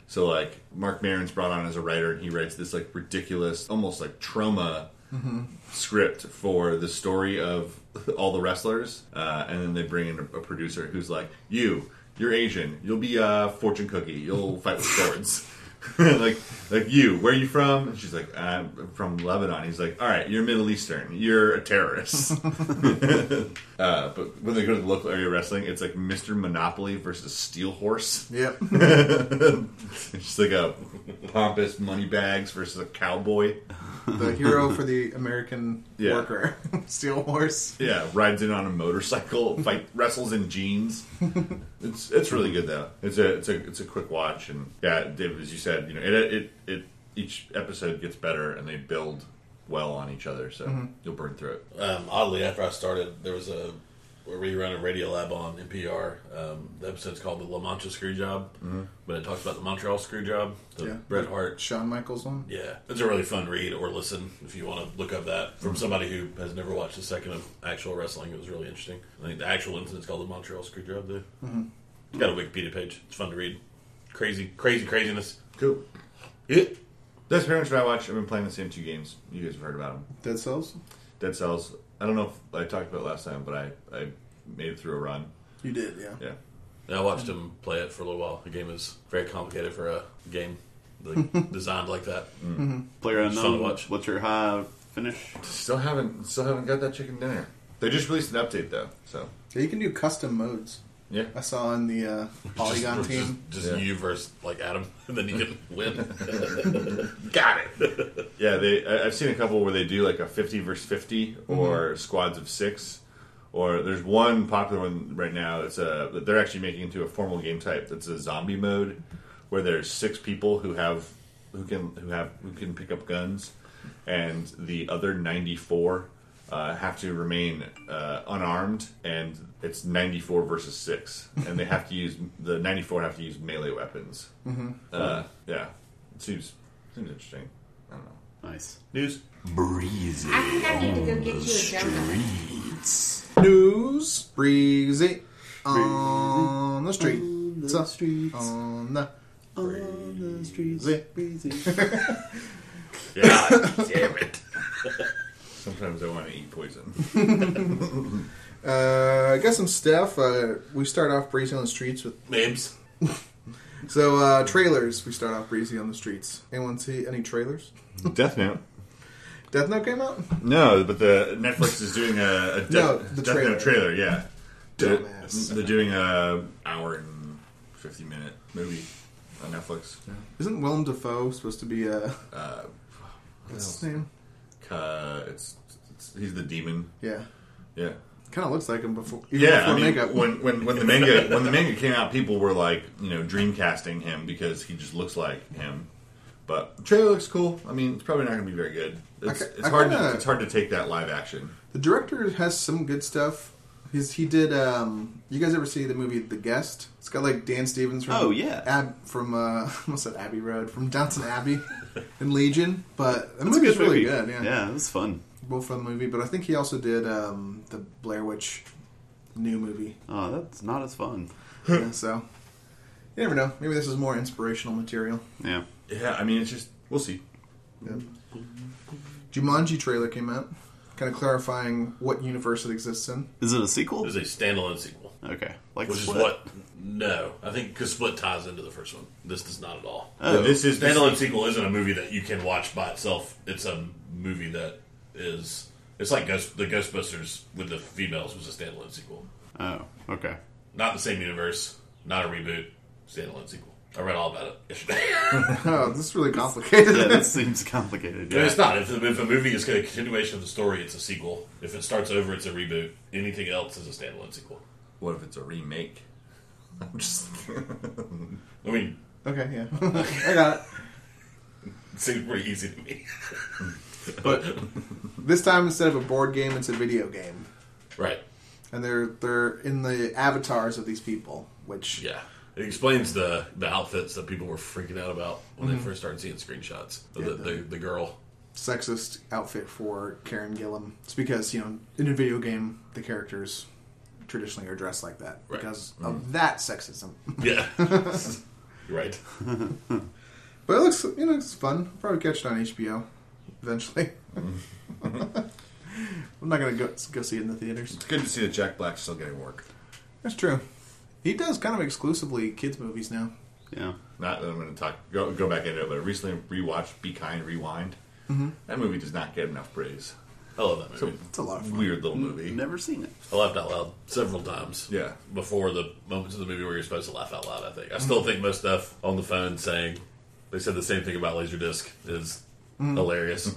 Speaker 3: so like Mark Maron's brought on as a writer, and he writes this like ridiculous, almost like trauma script for the story of all the wrestlers, uh, and then they bring in a, a producer who's like, "You, you're Asian. You'll be a fortune cookie. You'll fight with swords." like, like you. Where are you from? And she's like, "I'm from Lebanon." He's like, "All right, you're Middle Eastern. You're a terrorist." uh, but when they go to the local area wrestling, it's like Mr. Monopoly versus Steel Horse.
Speaker 2: Yep.
Speaker 3: She's like a pompous money bags versus a cowboy.
Speaker 2: the hero for the American
Speaker 3: Yeah.
Speaker 2: worker, Steel Horse.
Speaker 3: Yeah, rides in on a motorcycle, fight wrestles in jeans. It's it's really good though. It's a it's a it's a quick watch and yeah, David, as you said, you know, it it, it each episode gets better and they build well on each other, so you'll burn through it.
Speaker 1: Um, oddly, after I started, there was a, a rerun of Radio Lab on NPR. Um, the episode's called "The La Mancha Screw Job," but it talks about the Montreal Screw Job, the
Speaker 2: Yeah.
Speaker 1: Bret Hart.
Speaker 2: Shawn Michaels one.
Speaker 1: Yeah, it's a really fun read or listen if you want to look up that from somebody who has never watched a second of actual wrestling. It was really interesting. I think the actual incident's called the Montreal Screw Job. Though it's got a Wikipedia page. It's fun to read. Crazy, crazy craziness.
Speaker 3: Cool. It that's pretty much what I watch. I've been playing the same two games. You guys have heard about them.
Speaker 2: Dead Cells.
Speaker 3: Dead Cells. I don't know if I talked about it last time, but I I made it through a run.
Speaker 2: You did, yeah.
Speaker 3: Yeah.
Speaker 1: Yeah, I watched him play it for a little while. The game is very complicated for a game like, designed like that.
Speaker 4: Player
Speaker 1: Fun to
Speaker 4: unknown.
Speaker 1: watch.
Speaker 4: What's your high finish?
Speaker 3: Still haven't still haven't got that chicken dinner. They just released an update though, so
Speaker 2: Yeah, You can do custom modes.
Speaker 3: yeah.
Speaker 2: I saw on the uh, Polygon
Speaker 1: just,
Speaker 2: team.
Speaker 1: Just,
Speaker 3: Yeah.
Speaker 1: just you versus like Adam, and then you can win.
Speaker 3: Got it. yeah, they I, I've seen a couple where they do like a fifty versus fifty or squads of six. Or there's one popular one right now. It's a that they're actually making into a formal game type. That's a zombie mode, where there's six people who have who can who have who can pick up guns, and the other ninety four uh, have to remain uh, unarmed, and it's 94 versus six, and they have to use the 94 have to use melee weapons. Mm-hmm. Uh, yeah, it seems seems interesting. I don't know.
Speaker 4: Nice.
Speaker 3: News.
Speaker 4: Breezy.
Speaker 6: I think I need to go get you a donut.
Speaker 4: Streets.
Speaker 2: News breezy on the street. So- On the
Speaker 4: On the streets.
Speaker 2: Breezy.
Speaker 4: Breezy.
Speaker 1: God damn it!
Speaker 3: Sometimes I want to eat poison.
Speaker 2: Uh, I got some stuff. Uh, we start off breezy on the streets with
Speaker 1: Mabes.
Speaker 2: so uh, trailers. We start off breezy on the streets. Anyone see any trailers?
Speaker 3: Death Note.
Speaker 2: Death Note came out.
Speaker 3: No, but the Netflix is doing a, a Death,
Speaker 2: No, the
Speaker 3: Death Note trailer. Yeah, They're-
Speaker 2: Dumbass.
Speaker 3: They're doing a hour and fifty minute movie on Netflix.
Speaker 2: Isn't Willem Dafoe supposed to be a
Speaker 3: Uh,
Speaker 2: what's his name?
Speaker 3: uh, it's, it's he's the demon.
Speaker 2: Yeah,
Speaker 3: Yeah.
Speaker 2: kind of looks like him before. even
Speaker 3: Yeah,
Speaker 2: before
Speaker 3: I mean,
Speaker 2: makeup.
Speaker 3: when, when when the manga when the manga came out, people were like, you know, dreamcasting him because he just looks like him. But the trailer looks cool. I mean, it's probably not going to be very good. It's,
Speaker 2: I ca-
Speaker 3: it's
Speaker 2: I
Speaker 3: hard
Speaker 2: kinda-
Speaker 3: to it's hard to take that live action.
Speaker 2: The director has some good stuff. He's he did. Um, you guys ever see the movie The Guest? It's got like Dan Stevens from
Speaker 4: Oh, yeah.
Speaker 2: Ab, from uh, I almost said Abbey Road from Downton Abbey and Legion. But that
Speaker 4: a
Speaker 2: movie's
Speaker 4: good
Speaker 2: really
Speaker 4: movie.
Speaker 2: good. Yeah,
Speaker 4: Yeah, it was fun.
Speaker 2: both from the movie. But I think he also did um, the Blair Witch new movie.
Speaker 4: Oh, that's not as fun.
Speaker 2: Yeah, so you never know. Maybe this is more inspirational material.
Speaker 4: Yeah.
Speaker 3: Yeah, I mean, it's just we'll see.
Speaker 2: Jumanji trailer came out, kind of clarifying what universe it exists in.
Speaker 4: Is it a sequel?
Speaker 1: There's a standalone sequel,
Speaker 4: Okay. Like
Speaker 1: which
Speaker 4: Split.
Speaker 1: is what. No, I think because Split ties into the first one. This does not at all.
Speaker 4: Oh.
Speaker 3: This is this,
Speaker 1: standalone sequel isn't a movie that you can watch by itself. It's a movie that is. It's like Ghost, the Ghostbusters with the females was a standalone sequel.
Speaker 4: Oh, okay.
Speaker 1: Not the same universe. Not a reboot. Standalone sequel. I read all about it yesterday.
Speaker 2: Oh, this is really complicated.
Speaker 4: Yeah, that seems complicated.
Speaker 1: I mean,
Speaker 4: Yeah.
Speaker 1: it's not. If, if a movie is a continuation of the story, it's a sequel. If it starts over, it's a reboot. Anything else is a standalone sequel.
Speaker 5: What if it's a remake? I'm just.
Speaker 1: I mean,
Speaker 2: okay, yeah, I got it.
Speaker 1: it seems pretty easy to me.
Speaker 2: This time instead of a board game, it's a video game,
Speaker 1: right.
Speaker 2: and they're they're in the avatars of these people, which
Speaker 1: Yeah. It explains the, the outfits that people were freaking out about when they first started seeing screenshots. of the, the, the girl.
Speaker 2: sexist outfit for Karen Gillum. It's because you know in a video game the characters traditionally are dressed like that
Speaker 1: Right. Mm-hmm.
Speaker 2: because of that sexism.
Speaker 1: Yeah. You're right.
Speaker 2: but it looks you know it's fun. I'll probably catch it on HBO eventually.
Speaker 1: Mm-hmm.
Speaker 2: I'm not gonna go go see it in the theaters.
Speaker 5: It's good to see that Jack Black's still getting work.
Speaker 2: That's true. He does kind of exclusively kids movies now.
Speaker 4: Yeah.
Speaker 3: not that I'm going to talk go, go back into it, but I recently rewatched Be Kind Rewind. That movie does not get enough praise.
Speaker 1: I love that movie.
Speaker 2: Mm-hmm. It's a lot of fun.
Speaker 3: Weird little movie.
Speaker 4: Never seen it.
Speaker 1: I laughed out loud several times.
Speaker 3: Yeah.
Speaker 1: Before the moments of the movie where you're supposed to laugh out loud, I think. I still think most stuff on the phone saying they said the same thing about Laserdisc is hilarious.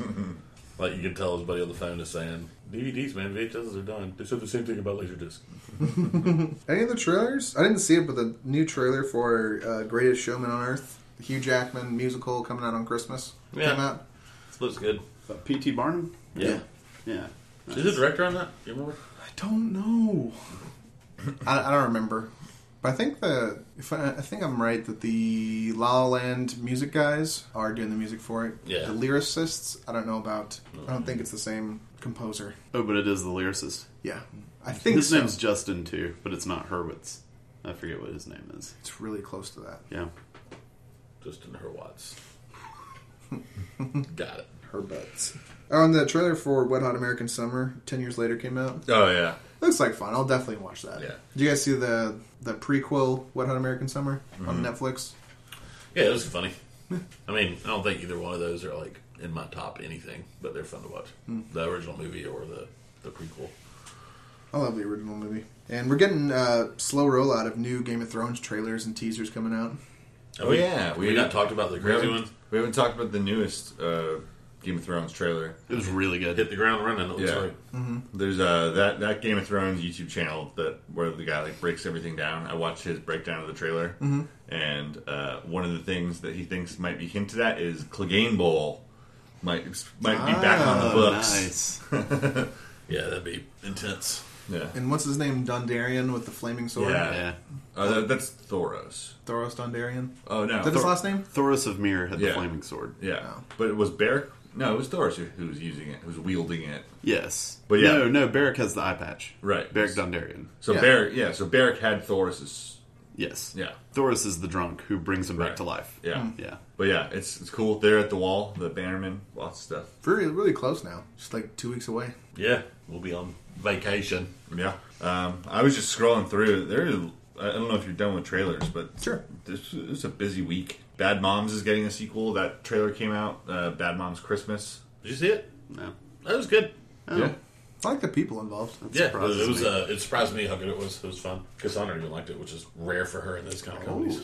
Speaker 1: like you can tell his buddy on the phone is saying, DVDs, man, VHSs are done. They said the same thing about Laserdisc.
Speaker 2: Any other trailers? I didn't see it, but the new trailer for uh, Greatest Showman on Earth, the Hugh Jackman musical coming out on Christmas,
Speaker 1: Yeah.
Speaker 2: came out.
Speaker 1: This looks good.
Speaker 4: But P.T. Uh, Barnum?
Speaker 1: Yeah.
Speaker 4: Yeah.
Speaker 1: Is the director on that? You remember?
Speaker 2: I don't know. I, I don't remember, but I think the if I, I think I'm right that the La La Land music guys are doing the music for it.
Speaker 1: Yeah.
Speaker 2: The lyricists, I don't know about. I don't think it's the same composer.
Speaker 4: Oh, but it is the lyricist.
Speaker 2: Yeah, I think
Speaker 4: His
Speaker 2: so.
Speaker 4: name's Justin, too, but it's not Hurwitz. I forget what his name is.
Speaker 2: It's really close to that.
Speaker 4: Yeah.
Speaker 1: Just in her watts. Got it.
Speaker 2: Her butts. On the trailer for Wet Hot American Summer, ten years later came out.
Speaker 3: Oh yeah,
Speaker 2: Looks like fun. I'll definitely watch that.
Speaker 3: Yeah.
Speaker 2: Do you guys see the the prequel Wet Hot American Summer on
Speaker 3: Mm-hmm.
Speaker 2: Netflix?
Speaker 1: Yeah, it was funny. I mean, I don't think either one of those are like in my top anything, but they're fun to watch. The original movie or the, the prequel.
Speaker 2: I love the original movie. And we're getting uh, slow rollout of new Game of Thrones trailers and teasers coming out.
Speaker 1: Have
Speaker 3: Oh,
Speaker 1: we,
Speaker 3: yeah,
Speaker 1: have we,
Speaker 3: we-
Speaker 1: not talked about the
Speaker 3: we
Speaker 1: crazy
Speaker 3: haven't,
Speaker 1: one.
Speaker 3: we haven't talked about the newest uh, Game of Thrones trailer.
Speaker 4: It was really good.
Speaker 1: Hit the ground running. It looks
Speaker 3: Yeah.
Speaker 1: like.
Speaker 3: There's uh, that that Game of Thrones YouTube channel that where the guy like breaks everything down. I watched his breakdown of the trailer,
Speaker 2: Mm-hmm.
Speaker 3: and uh, one of the things that he thinks might be hinted at is Clegane Bowl might might be back on
Speaker 2: Ah,
Speaker 3: the
Speaker 4: Oh,
Speaker 3: books.
Speaker 4: nice.
Speaker 1: Yeah, that'd be intense.
Speaker 3: Yeah,
Speaker 2: And what's his name? Dundarian with the flaming sword?
Speaker 3: Yeah.
Speaker 4: Yeah.
Speaker 3: uh, that, that's Thoros.
Speaker 2: Thoros Dundarian.
Speaker 3: Oh no,
Speaker 2: Is that his
Speaker 3: Thor-
Speaker 2: last name?
Speaker 4: Thoros of Mir had the
Speaker 3: Yeah.
Speaker 4: flaming sword.
Speaker 3: Yeah,
Speaker 2: Oh.
Speaker 3: but it was Barrick. No, it was Thoros who, who was using it, who was wielding it.
Speaker 4: Yes.
Speaker 3: But yeah.
Speaker 4: No, no, Barrick has the eye patch.
Speaker 3: Right.
Speaker 4: Barrick Dondarian.
Speaker 3: So
Speaker 2: Yeah.
Speaker 3: Barrick, yeah. So Barrick had Thoros's.
Speaker 4: Yes.
Speaker 3: Yeah.
Speaker 4: Thoros is the drunk who brings him back
Speaker 3: Right.
Speaker 4: to life.
Speaker 3: Yeah,
Speaker 2: Hmm.
Speaker 4: Yeah.
Speaker 3: but yeah, it's it's cool. They're at the wall, the bannerman, lots of stuff.
Speaker 2: Very, really close now. Just like two weeks away.
Speaker 1: Yeah, we'll be on vacation.
Speaker 3: Yeah. Um, I was just scrolling through. There, is- I don't know if you're done with trailers, but
Speaker 5: Sure.
Speaker 3: this is a busy week. Bad Moms is getting a sequel. That trailer came out. Uh, Bad Moms Christmas.
Speaker 1: Did you see it?
Speaker 4: No.
Speaker 1: That was good.
Speaker 3: Yeah.
Speaker 2: I like the people involved.
Speaker 1: Yeah, it
Speaker 4: surprises
Speaker 1: was. It, was
Speaker 4: me.
Speaker 1: uh, it surprised me how good it was. It was fun. Cassandra even liked it, which is rare for her in those kind of comedies.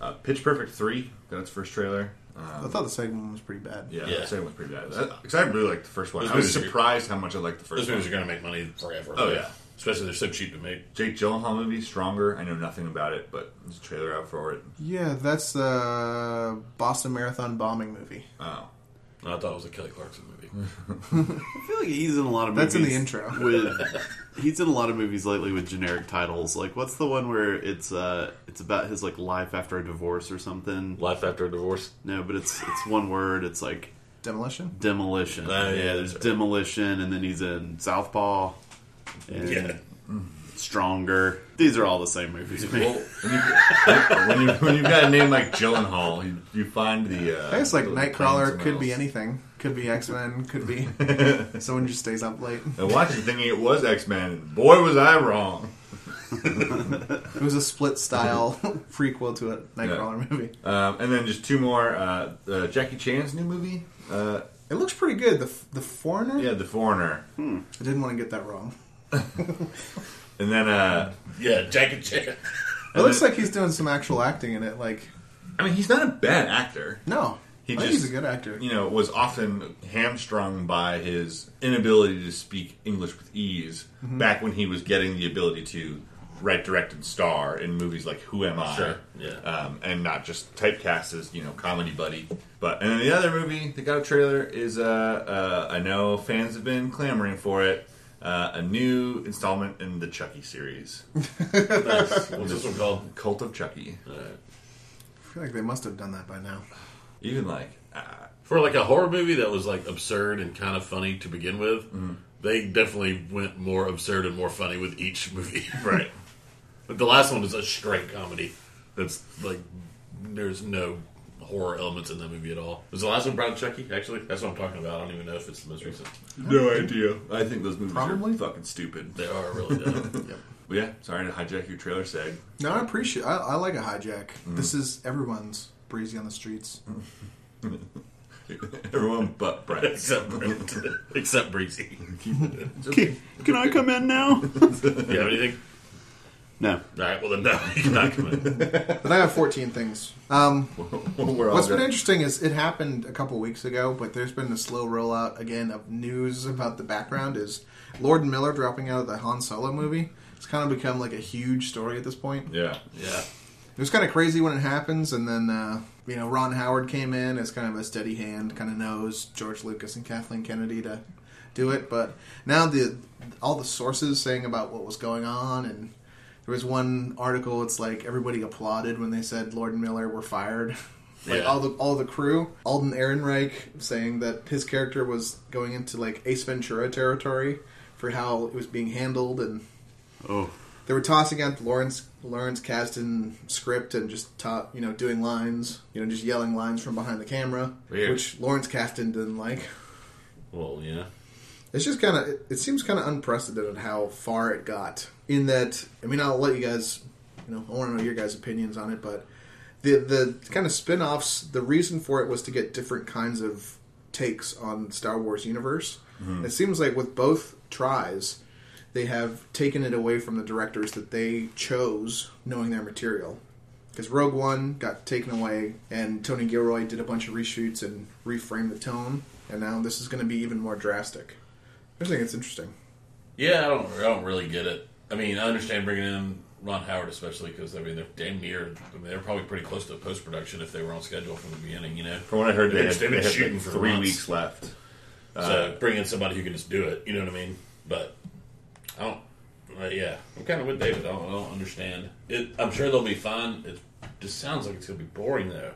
Speaker 3: Uh, Pitch Perfect three got its first trailer. Uh,
Speaker 2: I thought the second one was pretty bad.
Speaker 3: Um, Yeah,
Speaker 1: Yeah.
Speaker 3: the second one's pretty bad. Because I really liked the first one.
Speaker 1: Those
Speaker 3: I was
Speaker 1: movies are-
Speaker 3: surprised how much I liked the first
Speaker 1: Those
Speaker 3: one.
Speaker 1: movies are going to make money forever.
Speaker 3: Oh, yeah.
Speaker 1: especially they're so cheap to make.
Speaker 3: Jake Gyllenhaal movie, Stronger. I know nothing about it, but there's a trailer out for it.
Speaker 2: Yeah, that's the Boston Marathon bombing movie.
Speaker 3: Oh,
Speaker 1: I thought it was a Kelly Clarkson movie.
Speaker 4: I feel like he's in a lot of movies.
Speaker 2: That's in the intro.
Speaker 4: With, he's in a lot of movies lately with generic titles. Like, what's the one where it's uh, it's about his like life after a divorce or something?
Speaker 1: Life after a divorce.
Speaker 4: No, but it's it's one word. It's like
Speaker 2: Demolition?
Speaker 4: demolition.
Speaker 1: Oh, yeah,
Speaker 4: yeah, there's
Speaker 1: that's
Speaker 4: demolition, and then he's in Southpaw. And
Speaker 1: Yeah.
Speaker 4: Stronger. These are all the same movies. man.
Speaker 3: well, when, you, when, you, when you've got a name like Gyllenhaal, you, you find the. Uh,
Speaker 2: I guess like
Speaker 3: the-
Speaker 2: Nightcrawler could be
Speaker 3: else.
Speaker 2: anything. Could be X Men. Could be someone just stays up late.
Speaker 3: I watched it thinking it was X Men. Boy, was I wrong.
Speaker 2: It was a split style prequel to a Nightcrawler movie.
Speaker 3: Um, and then just two more. Uh, uh, Jackie Chan's new movie. Uh,
Speaker 2: It looks pretty good. The the Foreigner.
Speaker 3: yeah, The Foreigner.
Speaker 2: I didn't want to get that wrong.
Speaker 3: And then, uh,
Speaker 1: Yeah, Jackie Chan.
Speaker 2: It looks like he's doing some actual acting in it. Like
Speaker 3: I mean, he's not a bad actor.
Speaker 2: no,
Speaker 3: He
Speaker 2: I think
Speaker 3: just-
Speaker 2: he's a good actor.
Speaker 3: You know, was often hamstrung by his inability to speak English with ease.
Speaker 2: Mm-hmm.
Speaker 3: Back when he was getting the ability to write, direct, and star in movies like Who Am I?
Speaker 1: Sure, yeah.
Speaker 3: Um, and not just typecast as you know comedy buddy. But and then the other movie that got a trailer is uh, uh, I know fans have been clamoring for it. Uh, a new installment in the Chucky series,
Speaker 1: Nice. What's this one called?
Speaker 3: Cult of Chucky.
Speaker 2: I feel like they must have done that by now.
Speaker 3: Even like, uh,
Speaker 1: For like a horror movie that was like absurd and kind of funny to begin with, they definitely went more absurd and more funny with each movie.
Speaker 3: right?
Speaker 1: But the last one is a straight comedy. That's like there's no horror elements in that movie at all. Was the last one Brown Chucky? Actually, that's what I'm talking about. I don't even know if it's the most recent.
Speaker 3: No idea. I think those movies
Speaker 2: Probably.
Speaker 3: are fucking stupid.
Speaker 1: They are really dumb.
Speaker 3: But yeah, sorry to hijack your trailer seg.
Speaker 2: No, I appreciate. I, I like a hijack.
Speaker 3: Mm.
Speaker 2: This is everyone's breezy on the streets.
Speaker 3: Everyone but Brett.
Speaker 1: except Brent. except Breezy.
Speaker 4: Can, can I come in now?
Speaker 1: Do you have anything?
Speaker 4: no.
Speaker 1: All right. Well then, no, you cannot come in.
Speaker 2: But I have 14 things. Um,
Speaker 3: We're all
Speaker 2: what's been
Speaker 3: good.
Speaker 2: interesting is it happened a couple weeks ago, but there's been a slow rollout again of news about the background. Is Lord Miller dropping out of the Han Solo movie? It's kind of become like a huge story at this point.
Speaker 3: Yeah.
Speaker 1: Yeah.
Speaker 2: It was kind of crazy when it happens, and then uh, you know Ron Howard came in as kind of a steady hand, kind of knows George Lucas and Kathleen Kennedy to do it. But now the all the sources saying about what was going on, and there was one article. It's like everybody applauded when they said Lord and Miller were fired. Like
Speaker 1: Yeah.
Speaker 2: all the all the crew, Alden Ehrenreich saying that his character was going into like Ace Ventura territory for how it was being handled, and
Speaker 4: Oh,
Speaker 2: they were tossing out the Lawrence Lawrence Kasdan script and just top, you know, doing lines, you know, just yelling lines from behind the camera,
Speaker 1: Weird.
Speaker 2: which Lawrence Kasdan didn't like.
Speaker 1: Well, yeah.
Speaker 2: It's just kind of it, it seems kind of unprecedented how far it got. In that, I mean, I'll let you guys, you know, I want to know your guys' opinions on it, but the the kind of spin-offs, the reason for it was to get different kinds of takes on Star Wars universe. It seems like with both tries, they have taken it away from the directors that they chose, knowing their material. Because Rogue One got taken away, and Tony Gilroy did a bunch of reshoots and reframed the tone, and now this is going to be even more drastic. I think it's interesting.
Speaker 1: Yeah, I don't. I don't really get it. I mean, I understand bringing in Ron Howard, especially because I mean they're damn near. I mean, they're probably pretty close to post production if they were on schedule from the beginning. You know,
Speaker 3: From what I heard,
Speaker 1: They've
Speaker 3: they
Speaker 1: been- they've been
Speaker 3: had, they had like,
Speaker 1: shooting for
Speaker 3: three
Speaker 1: months.
Speaker 3: weeks left.
Speaker 1: so bring in somebody who can just do it. You know what I mean? But I don't. Uh, yeah, I'm kind of with David. I don't, I don't understand. It, I'm sure they'll be fine. It just sounds like it's gonna be boring though.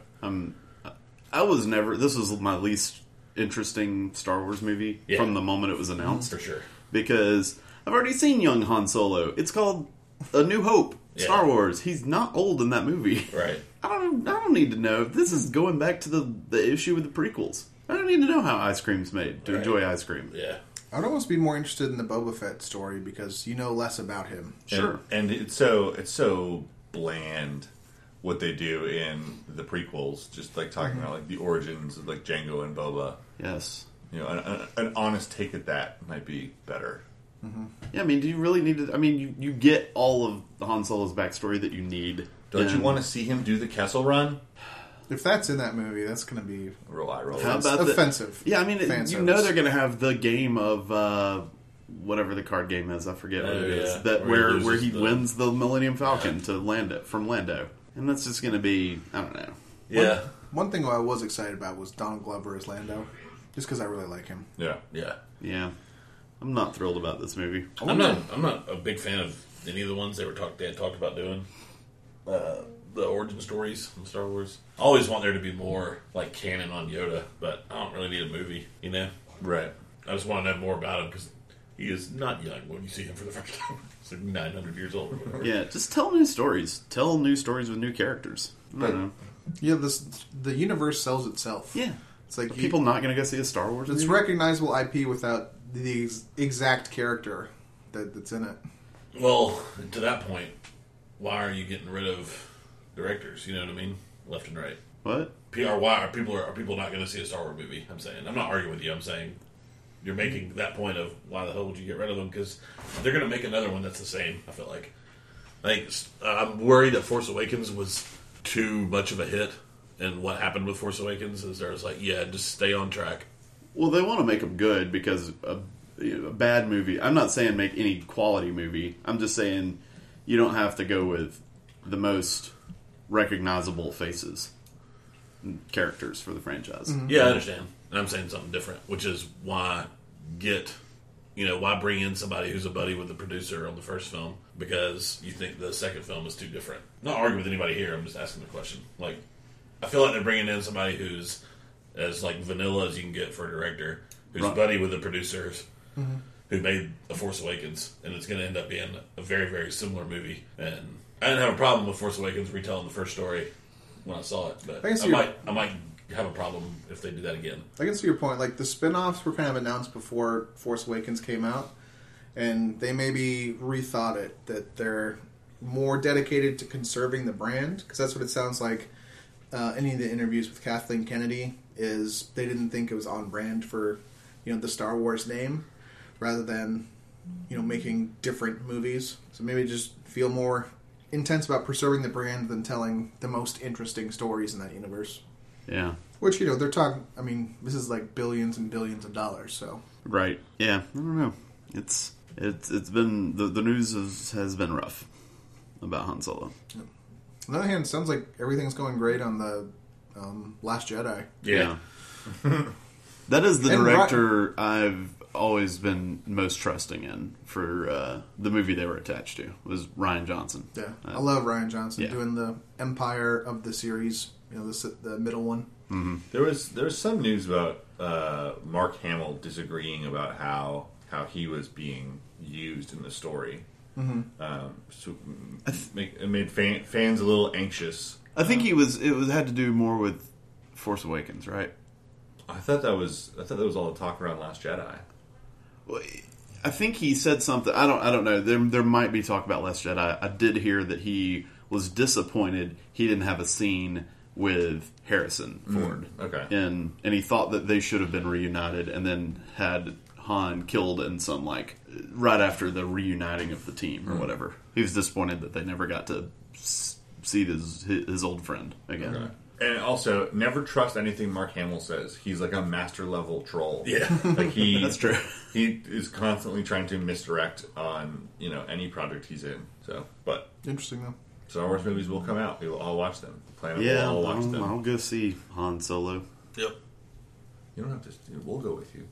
Speaker 4: I was never. This was my least interesting Star Wars movie
Speaker 1: Yeah.
Speaker 4: from the moment it was announced.
Speaker 1: For sure.
Speaker 4: Because I've already seen young Han Solo. It's called A New Hope. Star
Speaker 1: Yeah.
Speaker 4: Wars. He's not old in that movie.
Speaker 1: Right.
Speaker 4: I don't. I don't need to know. This is going back to the the issue with the prequels. I don't need to know how ice cream's made to
Speaker 1: Right.
Speaker 4: enjoy ice cream.
Speaker 1: Yeah.
Speaker 2: I'd almost be more interested in the Boba Fett story because you know less about him.
Speaker 4: Sure.
Speaker 3: And, and it's so it's so bland what they do in the prequels, just like talking about like the origins of like Django and Boba.
Speaker 4: Yes.
Speaker 3: You know, an, an, an honest take at that might be better.
Speaker 4: Yeah, I mean, do you really need to? I mean, you, you get all of Han Solo's backstory that you need.
Speaker 3: Don't you
Speaker 4: in-
Speaker 3: want to see him do the Kessel Run?
Speaker 2: If that's in that movie, that's going to be
Speaker 3: Roll eye roll.
Speaker 4: How
Speaker 2: It's
Speaker 4: about the-
Speaker 2: offensive.
Speaker 4: yeah, I mean, it-
Speaker 2: Fan
Speaker 4: you know
Speaker 2: service.
Speaker 4: they're going to have the game of uh, whatever the card game is. I forget what
Speaker 1: Oh,
Speaker 4: it is.
Speaker 1: yeah.
Speaker 4: That
Speaker 1: Where he
Speaker 4: where where he,
Speaker 1: loses the-
Speaker 4: wins the Millennium Falcon to land it from Lando, and that's just going to be I don't know.
Speaker 1: Yeah,
Speaker 2: One thing I was excited about was Donald Glover as Lando, just because I really like him.
Speaker 3: Yeah.
Speaker 1: yeah.
Speaker 4: Yeah, I'm not thrilled about this movie.
Speaker 1: I'm not. I'm not a big fan of any of the ones they were talk, they had talked about doing. Uh, the origin stories from Star Wars. I always want there to be more like canon on Yoda, but I don't really need a movie. You know,
Speaker 3: Right.
Speaker 1: I just want to know more about him because he is not young when you see him for the first time. He's like 900 years old. Or whatever.
Speaker 4: Yeah, just tell new stories. Tell new stories with new characters. I don't know.
Speaker 2: Yeah, this the universe sells itself.
Speaker 4: Yeah,
Speaker 2: it's like
Speaker 4: Are
Speaker 2: you-
Speaker 4: people not going to go see a Star Wars.
Speaker 2: It's
Speaker 4: movie?
Speaker 2: recognizable IP without the ex- exact character that, that's in it.
Speaker 1: Well, to that point, why are you getting rid of directors? You know what I mean, left and right.
Speaker 4: What?
Speaker 1: PR, why are people are, are people not going to see a Star Wars movie? I'm saying I'm not arguing with you. I'm saying you're making that point of why the hell would you get rid of them? Because they're going to make another one that's the same. I feel like like s- I'm worried that Force Awakens was too much of a hit, and what happened with Force Awakens is there was like yeah, just stay on track.
Speaker 4: Well, they want to make them good because a, you know, a bad movie. I'm not saying make any quality movie. I'm just saying you don't have to go with the most recognizable faces, and characters for the franchise.
Speaker 1: Yeah, I understand. And I'm saying something different, which is why get, you know, why bring in somebody who's a buddy with the producer on the first film because you think the second film is too different. I'm not arguing with anybody here. I'm just asking the question. Like, I feel like they're bringing in somebody who's as like vanilla as you can get for a director, who's
Speaker 4: Right.
Speaker 1: buddy with the producers.
Speaker 2: Mm-hmm.
Speaker 1: Who made The Force Awakens, and it's going to end up being a very, very similar movie. And I didn't have a problem with Force Awakens retelling the first story when I saw it, but
Speaker 2: I guess
Speaker 1: I
Speaker 2: you're-
Speaker 1: might, I might have a problem if they do that again.
Speaker 2: I can see your point. Like the spin-offs were kind of announced before Force Awakens came out, and they maybe rethought it that they're more dedicated to conserving the brand because that's what it sounds like. Uh, any of the interviews with Kathleen Kennedy is they didn't think it was on brand for you know the Star Wars name, rather than you know making different movies. So maybe just feel more intense about preserving the brand than telling the most interesting stories in that universe.
Speaker 4: Yeah,
Speaker 2: Which you know they're talking. I mean, this is like billions and billions of dollars. So
Speaker 4: right. Yeah, I don't know. It's it's it's been the the news has, has been rough about Han Solo.
Speaker 2: on the other hand, it sounds like everything's going great on the um, Last Jedi.
Speaker 1: Yeah.
Speaker 4: that is the
Speaker 2: And Ro-
Speaker 4: director I've always been most trusting in for uh, the movie they were attached to was Ryan Johnson.
Speaker 2: Yeah,
Speaker 4: Uh,
Speaker 2: I love Ryan Johnson
Speaker 4: yeah.
Speaker 2: doing the Empire of the series. You know, the the middle one.
Speaker 3: There was there was some news about uh, Mark Hamill disagreeing about how how he was being used in the story. Um, so mm, make, it made fan, fans a little anxious.
Speaker 4: I think he was. It was had to do more with Force Awakens, right?
Speaker 3: I thought that was I thought that was all the talk around Last Jedi.
Speaker 4: Well, I think he said something. I don't. I don't know. There, there might be talk about Last Jedi. I did hear that he was disappointed he didn't have a scene with Harrison Ford.
Speaker 3: okay.
Speaker 4: and and he thought that they should have been reunited, and then had Han killed in some like right after the reuniting of the team or whatever. He was disappointed that they never got to s- see his his, his old friend again.
Speaker 3: And also, never trust anything Mark Hamill says. He's like a master level troll.
Speaker 1: Yeah.
Speaker 3: like he
Speaker 4: That's true.
Speaker 3: He is constantly trying to misdirect on you know any project he's in. So, but
Speaker 2: Interesting though.
Speaker 3: Star Wars movies will come out. We will all watch them. Plan it,
Speaker 4: Yeah,
Speaker 3: we'll all watch
Speaker 4: I'll,
Speaker 3: them.
Speaker 4: I'll go see Han Solo.
Speaker 1: Yep.
Speaker 3: You don't have to. We'll go with you.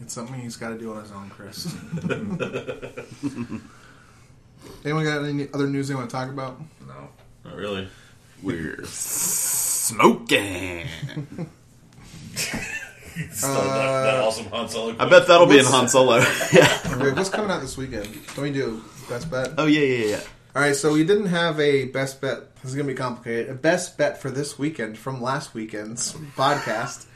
Speaker 2: It's something he's got to do on his own, Chris. Anyone got any other news they want to talk about?
Speaker 3: No.
Speaker 1: Not really.
Speaker 4: We're smoking.
Speaker 1: So
Speaker 2: Uh,
Speaker 1: that, that awesome Han Solo.
Speaker 4: I bet that'll be in
Speaker 2: What's-
Speaker 4: Han Solo. yeah.
Speaker 2: Wait, what's coming out this weekend? Don't we do best bet?
Speaker 4: Oh yeah, yeah, yeah.
Speaker 2: All right, so we didn't have a best bet. This is going to be complicated. A best bet for this weekend from last weekend's podcast.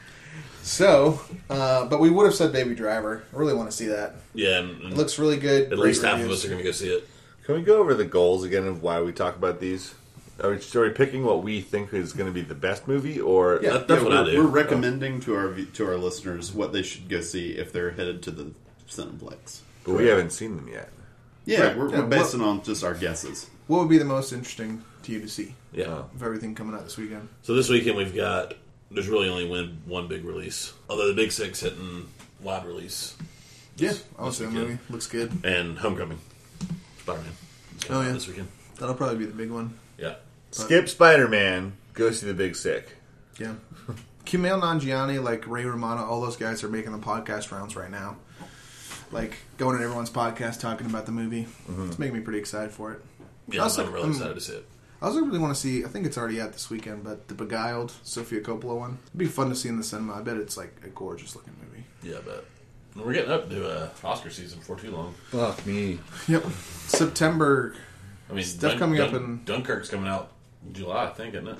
Speaker 2: So, uh, but we would have said Baby Driver. I really want to see that.
Speaker 1: Yeah, and, and
Speaker 2: It looks really good.
Speaker 1: at
Speaker 2: Great
Speaker 1: least half of
Speaker 2: reviews.
Speaker 1: us are going to go see it.
Speaker 3: Can we go over the goals again of why we talk about these? Are we, are we picking what we think is going to be the best movie, or
Speaker 2: Yeah.
Speaker 1: That, that's
Speaker 4: Yeah,
Speaker 1: what I
Speaker 4: we're,
Speaker 1: do.
Speaker 4: We're recommending to our vi- to our listeners what they should go see if they're headed to the Cineplex.
Speaker 3: but we haven't seen them yet?
Speaker 4: Yeah,
Speaker 2: Right.
Speaker 4: we're,
Speaker 2: Yeah,
Speaker 4: we're basing on just our guesses.
Speaker 2: What would be the most interesting to you to see
Speaker 1: yeah.
Speaker 3: Oh.
Speaker 2: of everything coming out this weekend?
Speaker 1: So this weekend we've got there's really only one one big release, although the Big Six hitting wide release
Speaker 2: Yeah, I'll see that
Speaker 1: good.
Speaker 2: movie. Looks good.
Speaker 1: and Homecoming, Spider Man.
Speaker 2: Oh, yeah.
Speaker 1: this weekend.
Speaker 2: That'll probably be the big one.
Speaker 1: Yeah,
Speaker 3: Skip Spider Man, go see the Big Sick.
Speaker 2: Yeah. Kumail Nanjiani, like Ray Romano, all those guys are making the podcast rounds right now. Like going on everyone's podcast talking about the movie. It's making me pretty excited for it.
Speaker 1: Mm-hmm. yeah,
Speaker 2: Also,
Speaker 1: I'm really
Speaker 2: um,
Speaker 1: excited to see it.
Speaker 2: I also really want to see. I think it's already out this weekend, but the Beguiled Sofia Coppola one. It'd be fun to see in the cinema. I bet it's like a gorgeous looking movie.
Speaker 1: Yeah, but we're getting up to uh, Oscar season before too long.
Speaker 5: Fuck me.
Speaker 2: Yep. September
Speaker 1: I mean,
Speaker 2: Stuff coming up in-
Speaker 1: Dunkirk's coming out in July, I think, isn't it?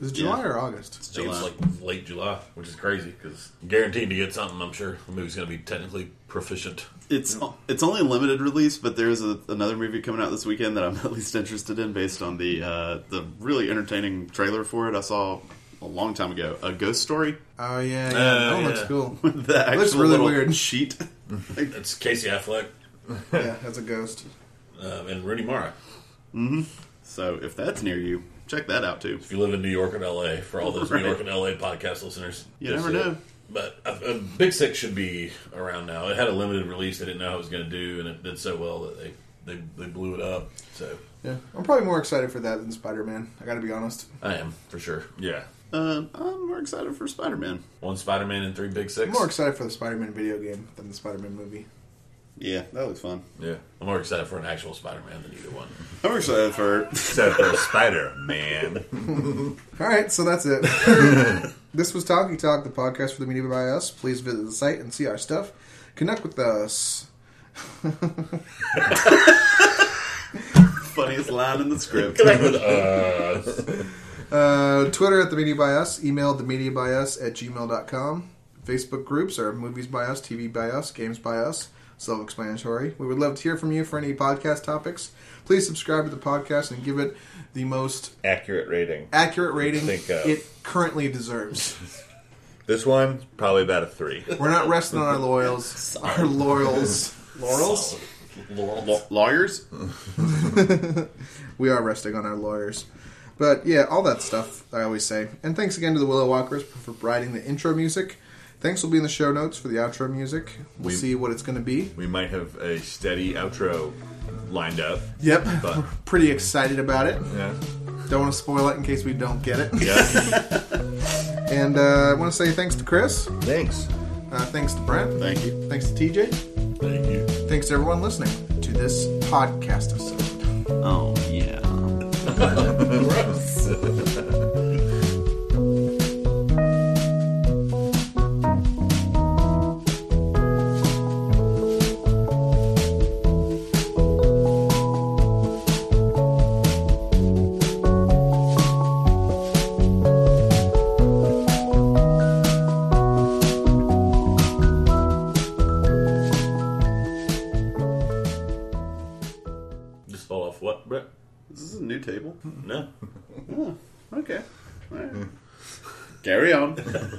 Speaker 2: is it July
Speaker 4: Yeah.
Speaker 2: or August?
Speaker 1: I think
Speaker 4: July.
Speaker 1: It's like late July, which is crazy because guaranteed to get something. I'm sure the movie's going to be technically proficient.
Speaker 4: It's it's only limited release, but there's a, another movie coming out this weekend that I'm at least interested in based on the uh, the really entertaining trailer for it I saw a long time ago. A ghost story.
Speaker 2: Oh yeah, yeah.
Speaker 1: Uh,
Speaker 2: that one
Speaker 1: yeah.
Speaker 2: looks cool.
Speaker 4: The actual
Speaker 2: looks really
Speaker 4: little
Speaker 2: weird.
Speaker 4: sheet.
Speaker 1: It's Casey Affleck
Speaker 2: yeah, that's a ghost.
Speaker 1: um, and Rooney Mara.
Speaker 4: So if that's near you, check that out too.
Speaker 1: If you live in New York and LA, for all those
Speaker 4: Right.
Speaker 1: New York and LA podcast listeners,
Speaker 4: You
Speaker 1: go
Speaker 4: never
Speaker 1: see it.
Speaker 4: know.
Speaker 1: But uh, Big Six should be around now. It had a limited release; they didn't know how it was going to do, and it did so well that they they, they blew it up. So
Speaker 2: Yeah, I'm probably more excited for that than Spider Man. I got to be honest.
Speaker 1: I am for sure.
Speaker 3: Yeah.
Speaker 4: Uh, I'm more excited for Spider Man.
Speaker 1: One Spider Man and three Big Six.
Speaker 2: I'm more excited for the Spider Man video game than the Spider Man movie.
Speaker 4: Yeah, that looks fun.
Speaker 3: Yeah.
Speaker 1: I'm more excited for an actual Spider Man than either one.
Speaker 4: I'm excited for
Speaker 3: Except for Spider Man.
Speaker 2: All right, so that's it. this was Talkie Talk, the podcast for the media by us. Please visit the site and see our stuff. Connect with us.
Speaker 4: funniest line in the script.
Speaker 2: Uh, Twitter at the media by us. Email the media by us at gmail.com. Facebook groups are movies by us, TV by us, games by us. Self explanatory. We would love to hear from you for any podcast topics. Please subscribe to the podcast and give it the most
Speaker 3: Accurate rating.
Speaker 2: accurate rating
Speaker 3: Think of.
Speaker 2: it currently deserves.
Speaker 3: This one, probably about a three.
Speaker 2: We're not resting on our loyals. Our laurels. Laurels?
Speaker 4: Law- Lawyers,
Speaker 2: We are resting on our lawyers. But yeah, all that stuff I always say. And thanks again to the Willow Walkers for providing the intro music. Thanks will be in the show notes for the outro music. We'll
Speaker 3: We-
Speaker 2: see what it's going to be.
Speaker 3: We might have a steady outro lined up.
Speaker 2: Yep.
Speaker 3: But-
Speaker 2: Pretty excited about it.
Speaker 3: Yeah.
Speaker 2: Don't want to spoil it in case we don't get it.
Speaker 3: yeah.
Speaker 2: And uh, I want to say thanks to Chris.
Speaker 3: Thanks.
Speaker 2: Uh, thanks to Brent.
Speaker 4: thank you.
Speaker 2: Thanks to TJ.
Speaker 1: Thank you.
Speaker 2: Thanks to everyone listening to this podcast episode.
Speaker 4: Oh yeah.
Speaker 1: Just fall off what, Brett?
Speaker 4: Is this a new table?
Speaker 1: No.
Speaker 4: Okay. All right. Hmm. Carry on.